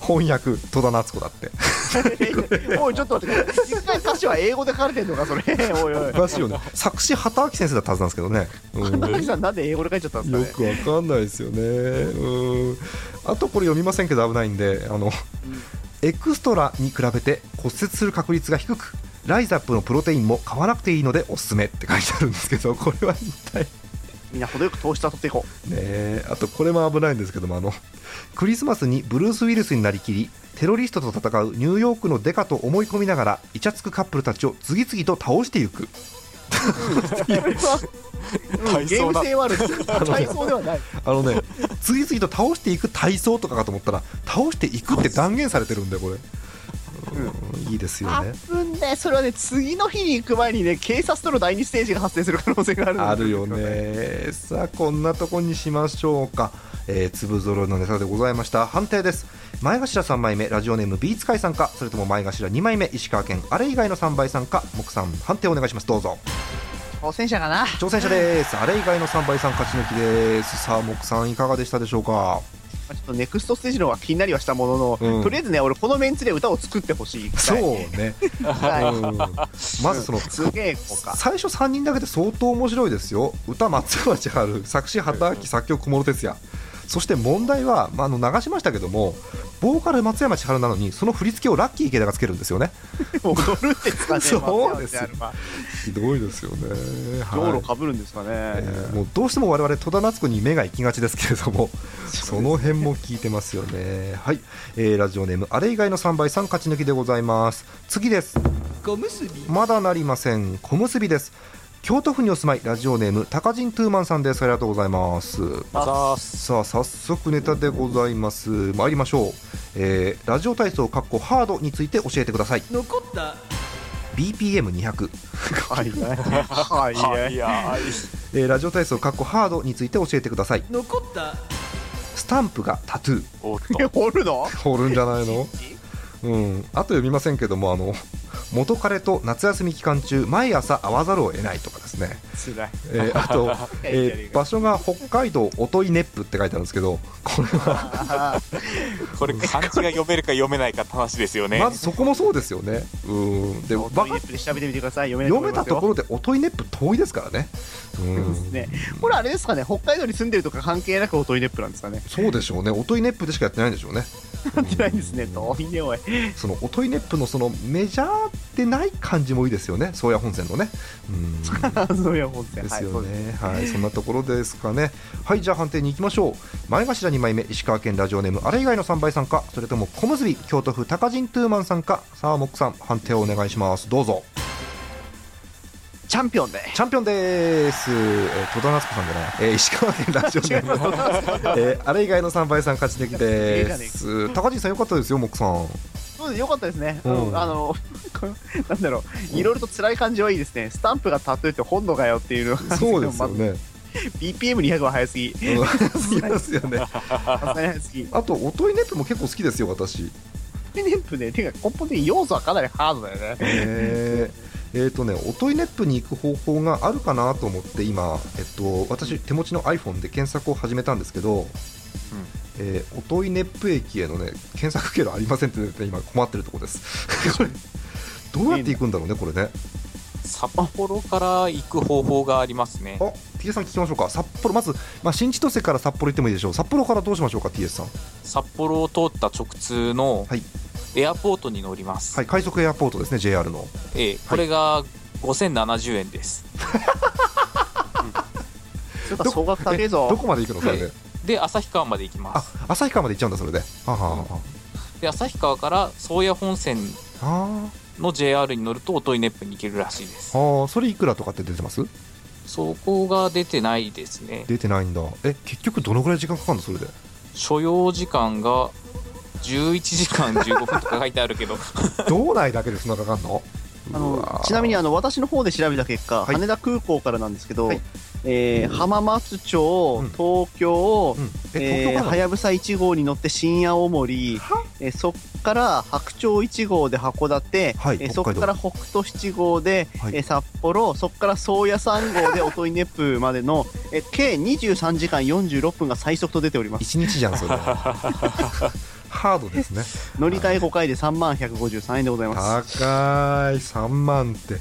A: 翻訳戸田夏子だ *laughs* って
C: *laughs* おい、ちょっと待って、一回歌詞は英語で書かれてん
A: *laughs*
C: のか、それ。おいおい。
A: おかしいよね作詞畑明先生だったはずなんですけどね、 *laughs* うん
C: 花木さん、なんで英語で書いちゃったん
A: よ
C: ですか
A: くわかんないですよね。うん。あとこれ読みませんけど危ないんで、あの、エクストラに比べて骨折する確率が低く、ライザップのプロテインも買わなくていいのでおすすめって書いてあるんですけど、これは一体ね
C: ね。みんな程よく糖質は取っていこ *laughs*
A: えあとこれも危ないんですけども、あの、クリスマスにブルース・ウィルスになりきり、テロリストと戦うニューヨークのデカと思い込みながら、イチャつくカップルたちを次々と倒していく。
C: う。うんゲーム性はある。
A: *laughs*
C: 体操ではない。
A: あのね、 *laughs* 次々と倒していく体操とかかと思ったら、倒していくって断言されてるんだよ、これ。うんいいですよ
C: 多
A: ね。
C: 分ね、それはね、次の日に行く前にね、警察との第二ステージが発生する可能性がある
A: あるよ。ね。さあ、こんなとこにしましょうか。えー、粒ぞろいのネタでございました。判定です。前頭3枚目、ラジオネームビーツ会さんか、それとも前頭2枚目、石川県、あれ以外の3倍さんか、木さん、判定お願いします。どうぞ。
C: 挑戦者かな。
A: 挑戦者です。あれ以外の3倍さん、勝ち抜きです。さあ、木さん、いかがでしたでしょうか。
C: まあちょっとネクストステージの方が気になりはしたものの、
A: うん
C: とりあえずね、俺このメンツで歌を作ってほしい。
A: そうね。
C: はい。
A: うんまずその、
C: すげえ、こ
A: *laughs*
C: うか。
A: 最初3人だけで相当面白いですよ歌松山千春作詞畑明作曲小室哲哉そして問題は、まあ、あの流しましたけどもボーカル松山千春なのにその振り付けをラッキー池田がつけるんですよね
C: 踊るんですかね。
A: そうですよ
C: 松山千春は
A: ひどいですよね、
C: 道
A: は
C: 路
A: い
C: かぶるんですかね。
A: えーもうどうしても我々戸田夏子に目が行きがちですけれどもその辺も聞いてますよねはい、えーラジオネームあれ以外の3倍さん勝ち抜きでございます次です
F: 小結び
A: まだなりません小結びです京都府にお住まいラジオネーム高人トゥーマンさんですありがとうございます
B: あざーす。
A: さあ早速ネタでございます参りましょう、えーラジオ体操かっこハードについて教えてください
F: 残った
A: *laughs* BPM200
C: はいはいはい
B: は
C: はいい
B: や
A: えーラジオ体操かっこハードについて教えてください
F: 残った
A: スタンプがタトゥー
B: おっと
C: え掘るの
A: おるんじゃないのうん、あと読みませんけどもあの元彼と夏休み期間中毎朝会わざるを得ないとかですね、
C: つらい
A: えーあと、えー場所が北海道音威熱風って書いてあるんですけどこれは
B: これ漢字が読めるか読めないかって話ですよね
A: まずそこもそうですよねうんで
C: で
A: バ
C: も
A: カ
C: バカップで調べてみてください読めない
A: 読めたところ
C: ろ
A: で音威熱風遠いですからね、うん、
C: ねこれあれですかね北海道に住んでるとか関係なくおといネップなんです
A: *laughs*
C: かね
A: そうでしょうね音威熱風でしかやってないんでしょうね
C: やってないんですね遠いね
A: *laughs*
C: おい
A: その音威熱風のそのメジャーでない感じもいいですよね宗谷本線のねうん
C: そうや本線
A: で
C: は
A: す
C: いそ
A: よ
C: うです
A: ね、はいそんなところですかねはいじゃあ判定に行きましょう前頭2枚目石川県ラジオネームあれ以外の3倍さんかそれとも小結び京都府高人トゥーマンさんかさあモックさん判定をお願いしますどうぞ
C: チャンピオンで
A: チャンピオンです、えー、戸田夏子さんじゃない、えー石川県ラジオネ *laughs* ーム、えーあれ以外の3倍さん勝ち抜きです高人さんよかったですよモックさん
C: そうですよかったですね、
A: うん
C: うんあの *laughs* このなんだろういろいろと辛い感じはいいですねスタンプがタトゥーって本能かよっていうのは
A: そう
C: *laughs*
A: ですよね、
C: BPM200 は早すぎ
A: うんそう *laughs* ですよね
C: さすがに早すぎ
A: あと音いネットも結構好きですよ私
C: ネンプね、てか根本的に要素はかなりハードだよ
A: *laughs*
C: ね。
A: えーとね、音いネップに行く方法があるかなと思って今、えっと、私手持ちの iPhone で検索を始めたんですけど、えー音いネップ駅への、ね、検索経路ありませんって、ね、今困ってるところです
C: *laughs*
A: これどうやって行くんだろうねこれね
B: 札幌から行く方法がありますね
A: あ TS さん聞きましょうか札幌まず、まあ、新千歳から札幌行ってもいいでしょう札幌からどうしましょうか TS さん、
B: 札幌を通った直通の
A: はい
B: エアポートに乗ります、
A: はい、快速エアポートですね JR の
B: ええこれが5070円です
C: ちょっと総額高え
A: えど
C: ぞ。
A: こまで行くのそれで、
B: はで旭川まで行きま
A: あ
B: す
A: 旭川まで行っちゃうんだそれであははは
B: で旭川から宗谷本線
A: あ
B: の JR に乗ると音井ネップに行けるらしいです
A: ーあーそれいくらとかって出てます
B: そこが出てないですね
A: 出てないんだえ結局どのぐらい時間かかるのそれ *laughs* で
B: 所要時間が11時間15分とか書いてあるけ
A: *laughs*
B: ど
A: 道内だけでそんなかかんの
C: あ
A: う
C: の
A: わー
C: ちなみにあの私の方で調べた結果、
A: はい
C: 羽田空港からなんですけど、
A: はい
C: えー浜松町、
A: うん
C: 東京
A: う、んえ
C: えー
A: 東京
C: は
A: から
C: やぶさ1号に乗って新青森、えーそこから白鳥1号で函館、
A: はい
C: えー
A: 北
C: そこ
A: 海道
C: から北斗7号で、
A: はい
C: えー札幌、そこから宗谷3号で音井ネップまでの、えー計23時間46分が最速と出ております。
A: 一日じゃんそれ *laughs* ハードですね
C: 乗り換え5回で3万153円でございます。
A: 高い3万って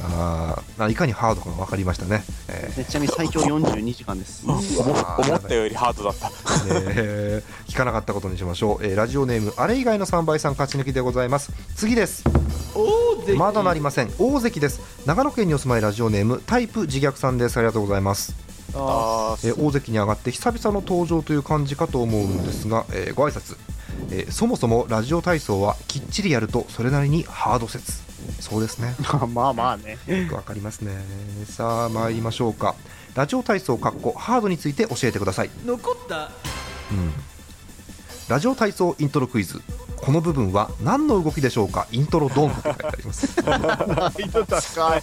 A: あーあいかにハードかが分かりましたね、え
C: ねちなみに最長42時間です。
B: 思ったよりハードだった
A: ーえー聞かなかったことにしましょう、えーラジオネームあれ以外の3倍さん勝ち抜きでございます次です
F: 大関
A: まだなりません大関です長野県にお住まいラジオネームタイプ自虐さんですありがとうございます
B: あ
A: えー大関に上がって久々の登場という感じかと思うんですが、えーご挨拶、えーそもそもラジオ体操はきっちりやるとそれなりにハード説そうです *laughs* ね
C: まあ *laughs* まあまあね。
A: よくわかりますねさあ参りましょうかラジオ体操かっこハードについて教えてください、
F: 残った
A: うんラジオ体操イントロクイズこの部分は何の動きでしょうかイントロド *laughs* ンと書いてあります
C: 難易度高い。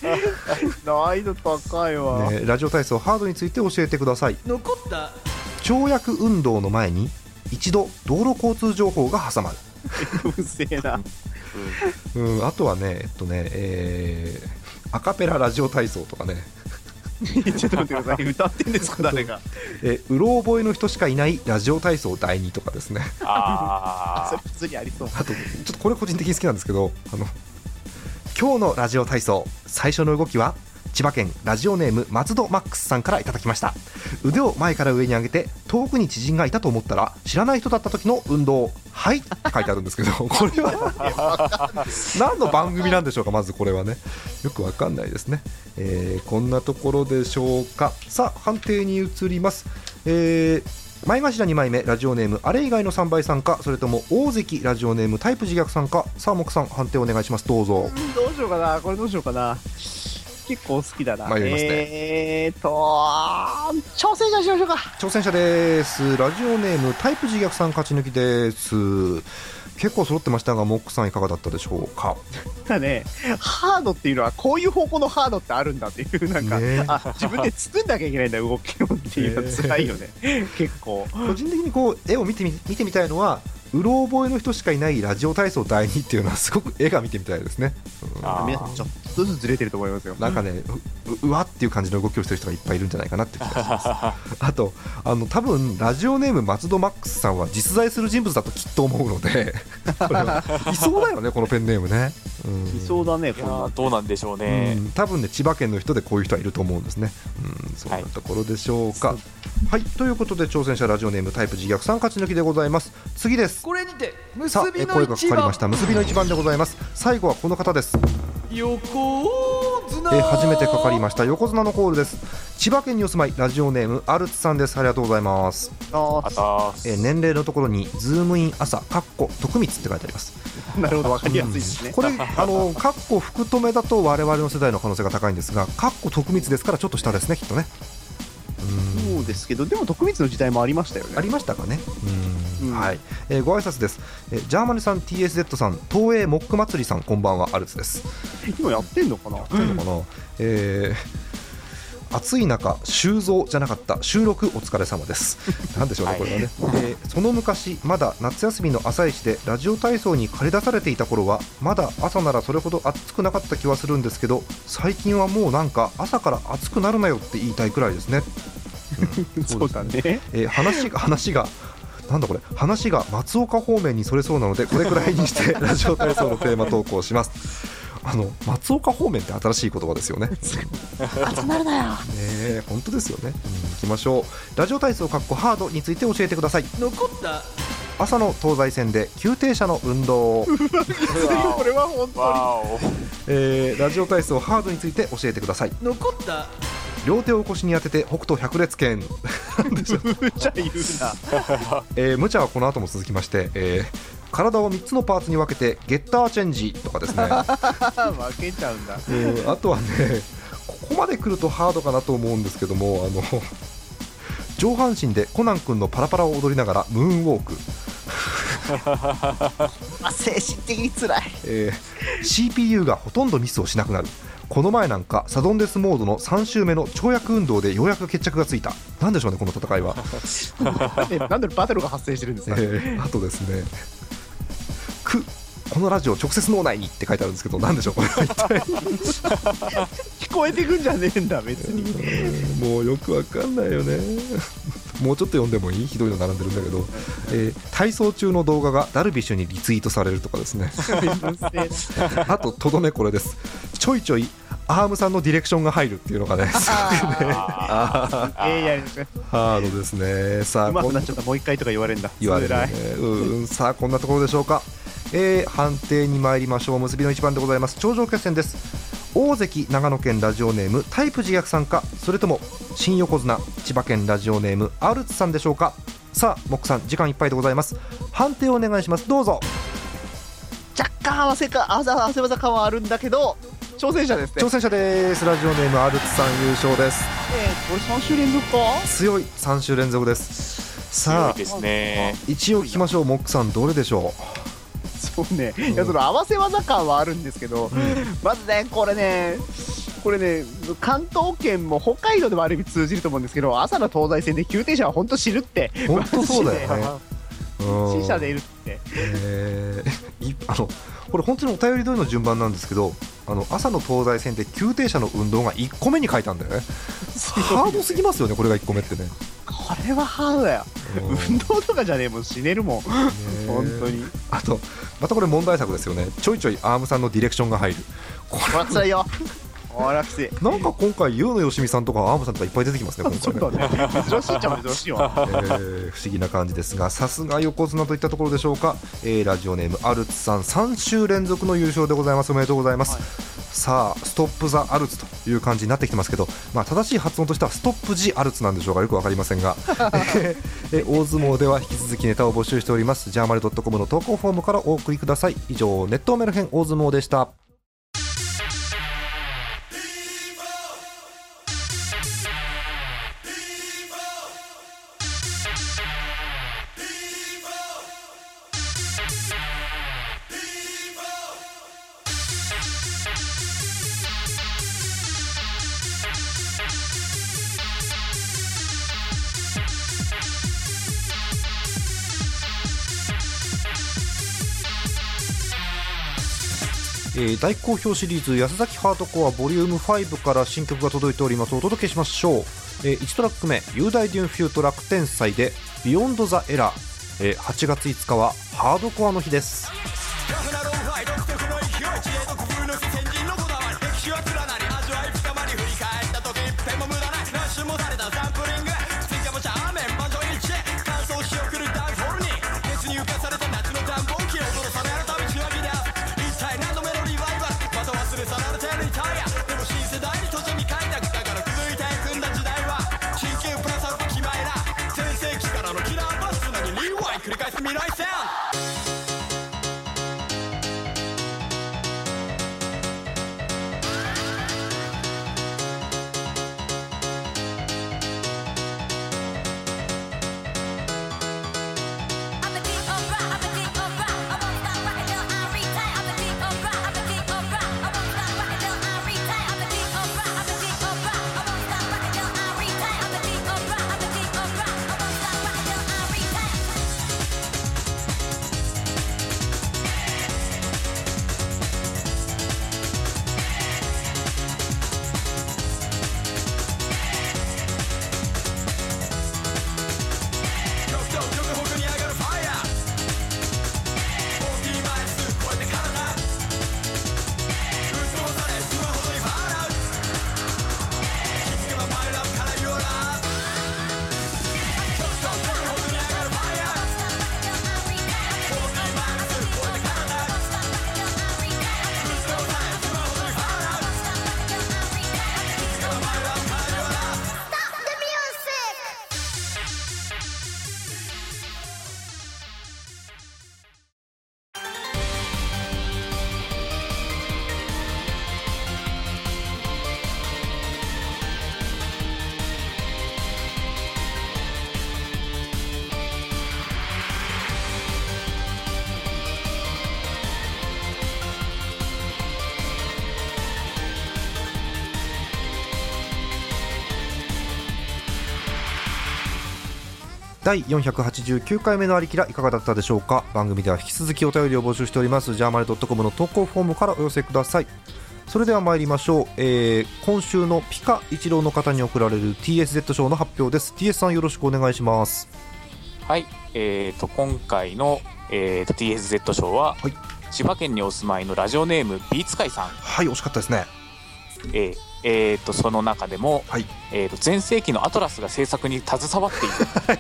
C: 難易度高いわ。
A: ねラジオ体操ハードについて教えてください
F: 残った
A: 跳躍運動の前に一度道路交通情報が挟まる
C: うるせえな。
A: うん、あとはね、えっとね、えーアカペララジオ体操とかね、
C: ちょっと待ってください。歌ってんですか、誰が。
A: えーうろ覚えの人しかいないラジオ体操第2とかですね、 *laughs*
B: あ
C: それ普通にありそう。
A: あと、ちょっとこれ個人的に好きなんですけど、あの今日のラジオ体操、最初の動きは、千葉県ラジオネーム松戸マックスさんからいただきました腕を前から上に上げて遠くに知人がいたと思ったら知らない人だった時の運動はいって書いてあるんですけどこれは何の番組なんでしょうかまずこれはねよくわかんないですね、えーこんなところでしょうかさあ判定に移ります、えー前頭2枚目ラジオネームあれ以外の3倍さんかそれとも大関ラジオネームタイプ自虐さんかさあ木さん判定お願いしますどうぞ
C: うんどうしようかな。これどうしようかな。結構好きだな。
A: 迷いますね
C: えーと、挑戦者しましょうか。
A: 挑戦者ですラジオネームタイプ自虐さん勝ち抜きです結構揃ってましたがモックさんいかがだったでしょうか
C: だね、ハードっていうのはこういう方向のハードってあるんだっていう、なんか、
A: ね
C: あ自分で作んなきゃいけないんだ、動きをっていうのは辛いよね、結構。
A: 個人的にこう絵を見てみ見てみたいのはうろ覚えの人しかいないラジオ体操第2っていうのはすごく絵が見てみたいですね、うん
B: あー
C: 皆さん、ちょっとずつずれてると思いますよ。
A: なんかねうううわっていう感じの動きをしてる人がいっぱいいるんじゃないかなって気がします *laughs* あとあの多分ラジオネーム松戸マックスさんは実在する人物だときっと思うの *laughs* でこれはいそうだよねこのペンネームね、うん
C: いそうだね、
B: い
C: こ
B: や
C: んな
B: ー。どうなんでしょうね
A: う、ん、多分ね千葉県の人でこういう人はいると思うんですね、うん、そんなところでしょうか、はいということで挑戦者ラジオネームタイプ自虐さん勝ち抜きでございます次です
F: これにて
A: さあ
F: 結
A: え
F: びの
A: 声が
F: 一
A: かかりま
F: 番
A: した結びの一番でございます最後はこの方です
F: 横綱
A: えー初めてかかりました横綱のコールです千葉県にお住まいラジオネームアルツさんですありがとうございます、
B: あたーす
A: えー年齢のところにズームイン朝かっこ徳光って書いてあります
C: なるほど、わかりやすいですね。
A: これあのかっこ福留だと我々の世代の可能性が高いんですがかっこ徳光ですからちょっと下ですねきっとねうん
C: そうですけど、でも徳光の時代もありましたよ
A: あ
C: ね。
A: りましたかね。うん
C: うん
A: はい、えーご挨拶です、えージャーマネさん、TSZ さん、東映モック祭りさん、こんばんは、アルツです。
C: 今やってんのかな
A: というのかな、えー暑い中、収蔵じゃなかった収録お疲れ様です。 *laughs* なんでしょうね、これはね、えーその昔、まだ夏休みの朝一でラジオ体操に駆り出されていた頃は、まだ朝ならそれほど暑くなかった気はするんですけど、最近はもうなんか、朝から暑くなるなよって言いたいくらいですね。うん
C: *laughs* そうだね。
A: えー話 *laughs* が話がなんだこれ話が松岡方面にそれそうなのでこれくらいにして *laughs* ラジオ体操のテーマ投稿しますあの松岡方面って新しい言葉ですよね集まるなよねえ本当ですよね、うん、いきましょうラジオ体操かっこハードについて教えてください
F: 残った
A: 朝の東西線で急停車の運動 *laughs* を、
C: これは本当
B: わーお
A: えーラジオ体操ハードについて教えてください
F: 残った
A: 両手を腰に当てて北斗百裂拳 *laughs* なんでしょう
C: に、 *laughs* じゃ言うな。
A: えー、無茶はこの後も続きまして、えー体を3つのパーツに分けてゲッターチェンジとかですね、
C: 負けちゃうんだ。
A: えーあとはねここまで来るとハードかなと思うんですけどもあの上半身でコナン君のパラパラを踊りながらムーンウォーク、
C: *laughs* あ精神的に辛い。
A: えー CPU がほとんどミスをしなくなるこの前なんかサドンデスモードの3周目の跳躍運動でようやく決着がついたなんでしょうねこの戦いは
C: えなんでバトルが発生してるんですか、
A: えー *laughs* あとですね「く」このラジオ直接脳内にって書いてあるんですけど何でしょうこれは一体
C: 聞こえてくんじゃねえんだ、別
A: *laughs*
C: に。
A: もうよくわかんないよね *laughs* もうちょっと読んでもいいひどいの並んでるんだけど、えー体操中の動画がダルビッシュにリツイートされるとかですねあととどめこれですちょいちょいアームさんのディレクションが入るっていうのがねすごくね
C: ええやりましょう
A: ハードですねさあ
C: うまくなっちゃった、もう一回とか言われるんだ。
A: 言われる
C: 辛
A: ね
C: い。
A: うんうんさあこんなところでしょうか、えー判定に参りましょう結びの一番でございます頂上決戦です大関長野県ラジオネームタイプ自虐さんかそれとも新横綱千葉県ラジオネームアルツさんでしょうかさあモックさん時間いっぱいでございます判定をお願いしますどうぞ
C: 若干合わせか、あざ、汗技感はあるんだけど、挑戦者ですね。
A: 挑戦者ですラジオネームアルツさん優勝です
C: えーこれ三週連続か
A: 強い3週連続です
B: 強
A: さ
B: い
A: あ
B: ですね
A: 一応聞きましょうモックさんどれでしょ
C: そうね。いや、その合わせ技感はあるんですけど、まずね、これね、これね、関東圏も北海道でもある意味通じると思うんですけど、朝の東西線で急停車は本当知るって。
A: う
C: *laughs*
A: 本当そうだよねうん
C: 死者でいるって。
A: えーい *laughs* あのこれ本当にお便り通りの順番なんですけどあの朝の東西線で急停車の運動が1個目に書いたんだよねハードすぎますよねこれが1個目ってね
C: これはハードだよ。
A: うん
C: 運動とかじゃねえもん、死ねるもん。本
A: ね
C: 当に。
A: あとまたこれ問題作ですよねちょいちょいアームさんのディレクションが入るこ
C: これは辛いよ。これはきつい。
A: れなんか今回優野よしみさんとかアームさんとかいっぱい出てきますね
C: そう
A: 今
C: だ
A: 回ね
C: ね。珍しいっちゃ珍しいわ。
A: えー不思議な感じですがさすが横綱といったところでしょうか、えーラジオネームアルツさん3週連続の優勝でございますおめでとうございます、さあストップ・ザ・アルツという感じになってきてますけど、まあ、正しい発音としてはストップ・ジ・アルツなんでしょうかよく分かりませんが、えーえー大相撲では引き続きネタを募集しておりますジャーマル .com の投稿フォームからお送りください以上ネットメル編大相撲でした
E: 「
A: えー大好評シリーズ「安崎ハートコアボリューム5から新曲が届いておりますお届けしましょう、え1トラック目「雄大デュンフュート楽天祭」で「ビヨンド・ザ・エラー」えー8月5日はハードコアの日です第489回目のありきらいかがだったでしょうか番組では引き続きお便りを募集しておりますジャーマネドットコムの投稿フォームからお寄せくださいそれでは参りましょう、えー今週のピカ一郎の方に送られる TSZ 賞の発表です TS さんよろしくお願いします
B: はい、えー、と今回の、えーと TSZ 賞は、
A: はい
B: 千葉県にお住まいのラジオネームビーツカイさん、
A: はい惜しかったですね
B: えーえーとその中でも、
A: はい
B: えー、と全盛期のアトラスが制作に携わって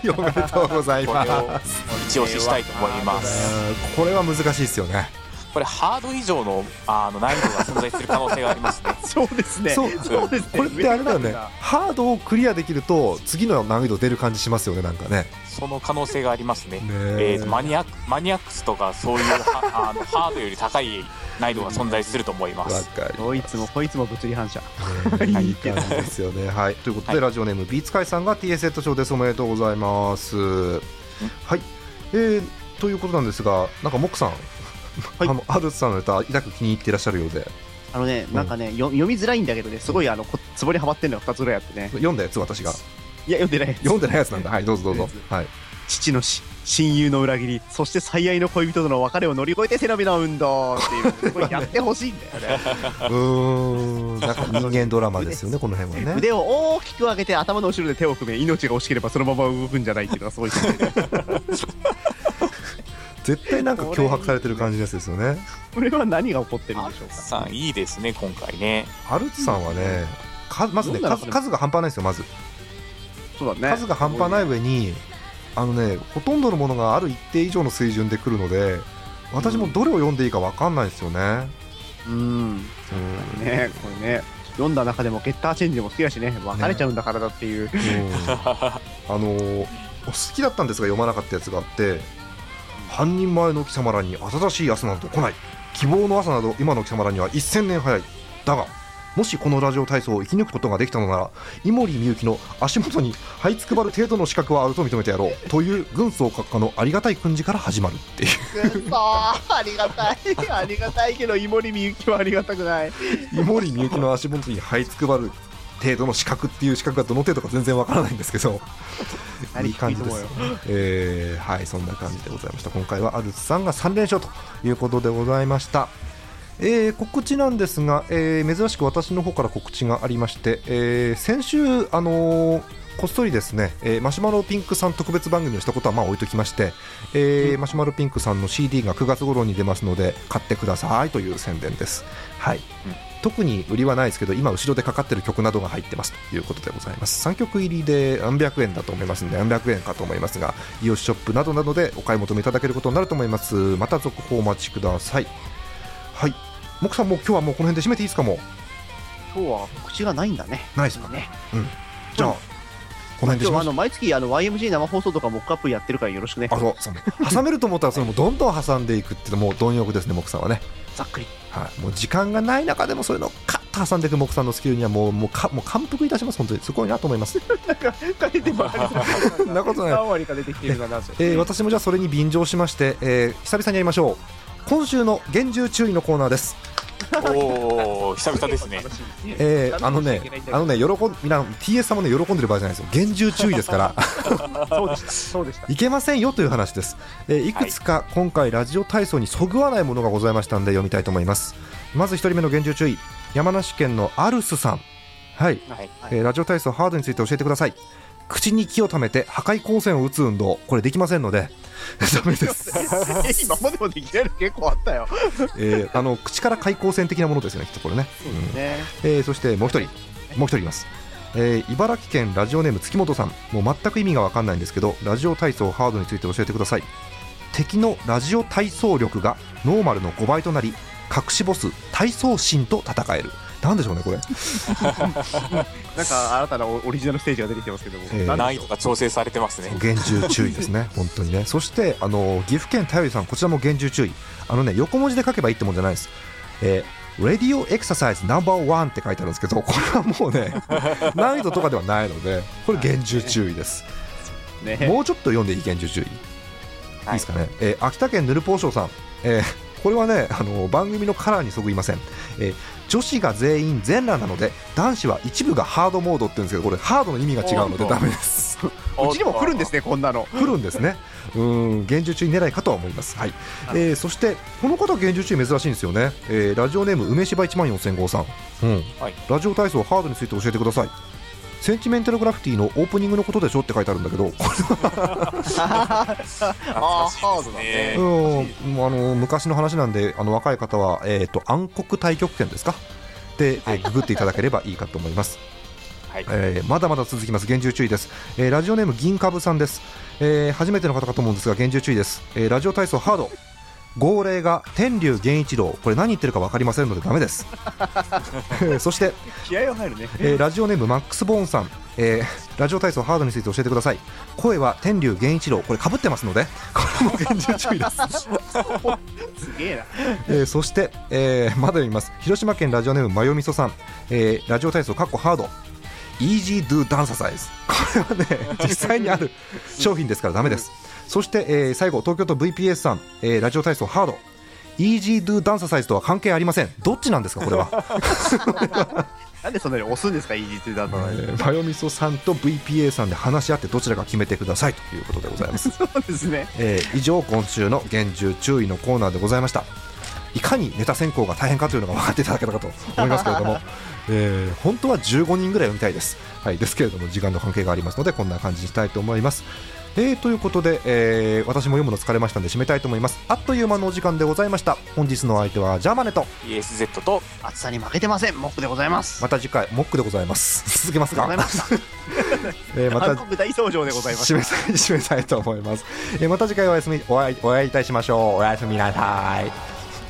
B: いる
A: はいおめでとうご *laughs* ざい
B: これ
A: ま
B: を
A: す
B: 一押ししたいと思います
A: えーこれは難しいですよね
B: これハード以上のあの難易度が存在する可能性があ
A: *laughs*
B: りますね
C: そうですね。
A: そう
C: そうですね。
A: これってあれだよね
C: めっちゃあるな
A: ハードをクリアできると次の難易度出る感じしますよねなんかね
B: その可能性がありますね
A: ねえ
B: えーとマニアックマニアックスとかそういうはあのハードより高い難易度が存在すると思いま
A: わ
B: す
A: かり
C: どいつもこいつも物理反射。
A: ねいい感じですよね。はい、ということで、
B: はい
A: ラジオネームビーツ会さんが TSZ 賞です。おめでとうございます。はい、えー、ということなんですが、なんかモックさん、
C: い
A: あのアルツさんのネタ、痛く気に入っていらっしゃるようで、
C: あのね、なんかね、よ読みづらいんだけどね、すごいあの、こツボにはまってんのが2つぐらいあってね。
A: 読んだやつ、私が。
C: いや、読んでない。
A: 読んでないやつなんだ。はい、どうぞどうぞ。はい、
C: 父の死、親友の裏切り、そして最愛の恋人との別れを乗り越えて背伸びの運動って
A: *laughs*
C: いう、これやってほしいんだよね。
A: うーん、なんか人間ドラマですよね、この辺はね。
C: *laughs* 腕を大きく上げて頭の後ろで手を組め、命が惜しければそのまま動くんじゃないっていうのがすごいですね。
A: 絶対なんか脅迫されてる感じのやつですよね。
C: これは何が起こってるんでしょうか。
B: さんいいですね今回ね
A: アルツさんはね、かまずね
C: 読んだら
A: 数、数が半端ないですよ、まず。
C: そうだね。
A: 数が半端ない上に、あのね、ほとんどのものがある一定以上の水準で来るので、私もどれを読んでいいか分かんないですよね。
C: う
A: う
C: ん。
A: ん
C: ねこれね。読んだ中でもゲッターチェンジも好きだしね、別れちゃうんだからだっていう。
A: うんあのー好きだったんですが読まなかったやつがあって、半人前の貴様らに新しい朝など来ない、希望の朝など今の貴様らには1000年早い、だが、もしこのラジオ体操を生き抜くことができたのなら、井森美幸の足元に這いつくばる程度の資格はあると認めてやろうという軍曹閣下のありがたい訓示から始まるっていう。
C: くそーありがたいありがたいけど井森美幸はありがたくない
A: 井森美幸の足元に這いつくばる程度の資格っていう資格がどの程度か全然わからないんですけど
C: 何
A: いい感じです、えーはいそんな感じでございました今回はアルツさんが3連勝ということでございましたえー告知なんですが、えー珍しく私の方から告知がありまして、えー先週、あのーこっそりですね、えーマシュマロピンクさん特別番組をしたことはまあ置いときまして、えーマシュマロピンクさんの CD が9月頃に出ますので買ってくださいという宣伝です。はい、特に売りはないですけど今後ろでかかってる曲などが入ってますということでございます3曲入りで何百円だと思いますので何百円かと思いますがイオシショップなどなどでお買い求めいただけることになると思いますまた続報お待ちくださいはいもくさんもう今日はもうこの辺で締めていいですかもう
C: 今日は口がないんだね。
A: ないですかね
C: ね。
A: じゃあこの辺でし
C: 今日は
A: ま
C: あ
A: しょ
C: の毎月あの YMG 生放送とかモックアップやってるからよろしくね
A: う。あそうそうね挟めると思ったらそれもどんどん挟んでいくっていうのもう貪欲ですねもくさんはね
C: ざっく *laughs* り。
A: はい、もう時間がない中でもそういうのをカッと挟んでいく木さんのスキルにはもうもうかもう感服いたします本当にすごいなと思います
C: 書いてもありそ
A: そんなことない
C: 3割が出てきてるかな。
A: えー私もじゃあそれに便乗しまして、えー久々にやりましょう今週の厳重注意のコーナーです、
B: おお久々ですね。
A: えーあのねあのね喜ん皆 TS 様ね喜んでる場合じゃないですよ厳重注意ですから *laughs*
C: そうでした。そうでした。
A: いけませんよという話です、えーいくつか今回ラジオ体操にそぐわないものがございましたんで読みたいと思いますまず1人目の厳重注意山梨県のアルスさんはい
B: はい。
A: えーラジオ体操ハードについて教えてください口に気をためて破壊光線を打つ運動これできませんので *laughs* ダメです、
C: *laughs*
A: *laughs*
C: 今までもできないの結構あったよ。
A: えーあの口から開口線的なものですよねきっとこれねうん
C: ね。
A: えーそしてもう一人もう一人います、えー茨城県ラジオネーム月本さんもう全く意味が分かんないんですけどラジオ体操ハードについて教えてください敵のラジオ体操力がノーマルの5倍となり隠しボス体操神と戦えるなんでしょうねこれ、
C: なんか新たなオリジナルステージが出てきてますけども。
A: えー
C: なん
B: 難易度が調整されてますね。
A: 厳重注意ですね本当にねそしてあの岐阜県たよりさんこちらも厳重注意あのね横文字で書けばいいってもんじゃないですえーレディオエクササイズナンバーワンって書いてあるんですけどこれはもうね難易度とかではないのでこれ厳重注意です
B: *laughs*
C: ね。
A: もうちょっと読んでいい厳重注意、い、いですかね、えー秋田県ぬるぽうしょうさん、えーこれはねあの番組のカラーにそぐいません、えー女子が全員全裸なので男子は一部がハードモードって言うんですけどこれハードの意味が違うので
B: おー
A: ダメです
C: うちにも来るんですねこんなの。
A: 来るんです
B: *laughs*
A: ね。うーん、厳重注意狙いかとは思います。はい。えーそしてこの方厳重注意珍しいんですよね。えーラジオネーム梅芝一万四千号さん。うん。
B: はい
A: ラジオ体操ハードについて教えてください。センチメンタルグラフィティのオープニングのことでしょって書いてあるんだけど、これ
B: 懐かしいですね。
A: うんもうあの昔の話なんで、あの若い方はえっ、と暗黒太極拳ですか。で、えーググっていただければいいかと思います。
B: はい。
A: えーまだまだ続きます厳重注意です、えーラジオネーム銀株さんです、えー初めての方かと思うんですが厳重注意です、えーラジオ体操ハード号令が天竜源一郎これ何言ってるか分かりませんのでダメですえーそして、
C: 気合が入るね。
A: えーラジオネームマックス・ボーンさん、えーラジオ体操ハードについて教えてください声は天竜源一郎これかぶってますのでこれも厳重注意です
C: すげえな。
A: えーそして、えーまだ読みます広島県ラジオネームまよみそさん、えーラジオ体操かっこハードイージードゥダンササイズこれはね実際にある商品ですからダメですそして、えー最後東京都 VPS さん、えーラジオ体操ハードイージードゥダンササイズとは関係ありませんどっちなんですかこれは
C: なんでそんなに押すんですかイージーってだと。
A: まよみそさんと VPA さんで話し合ってどちらか決めてくださいということでございます
C: そうですね。
A: えー以上今週の厳重注意のコーナーでございましたいかにネタ選考が大変かというのが分かっていただけたかと思いますけれど
C: *laughs*
A: も、えー本当は15人ぐらい読みたいです、はい、ですけれども時間の関係がありますのでこんな感じにしたいと思いますえーということで、えー私も読むの疲れましたので締めたいと思いますあっという間のお時間でございました本日のお相手はジャーマネと
B: ESZ と
C: 暑さに負けてません。モックでございます。
A: また次回モックでございます続けます *laughs* か
C: ありがとうございました。
A: えーまた
C: 韓国大総場でござい *laughs* ます。
A: 締めたい *laughs* 締めたいと思います、えーまた次回おやすみお会いお会いいたしましょうおやすみなさい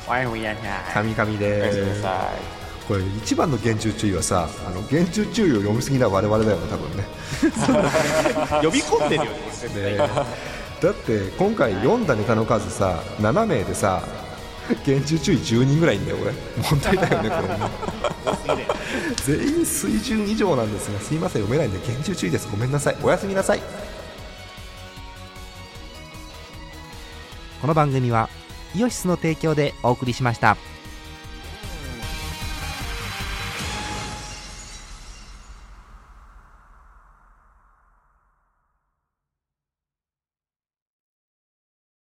C: ワインをやりな
A: カミカミ
B: おやすみな
A: です
B: さい。
A: これ一番の厳重注意はさあの厳重注意を読みすぎな我々だよね多分ね
C: 呼び込んでるよね。
A: でだって今回読んだネタの数さ7名でさ厳重注意10人ぐらいいんだよ俺問題だよねこれね全員水準以上なんですがすいません読めないんで厳重注意ですごめんなさいおやすみなさい
G: この番組はイオシスの提供でお送りしました。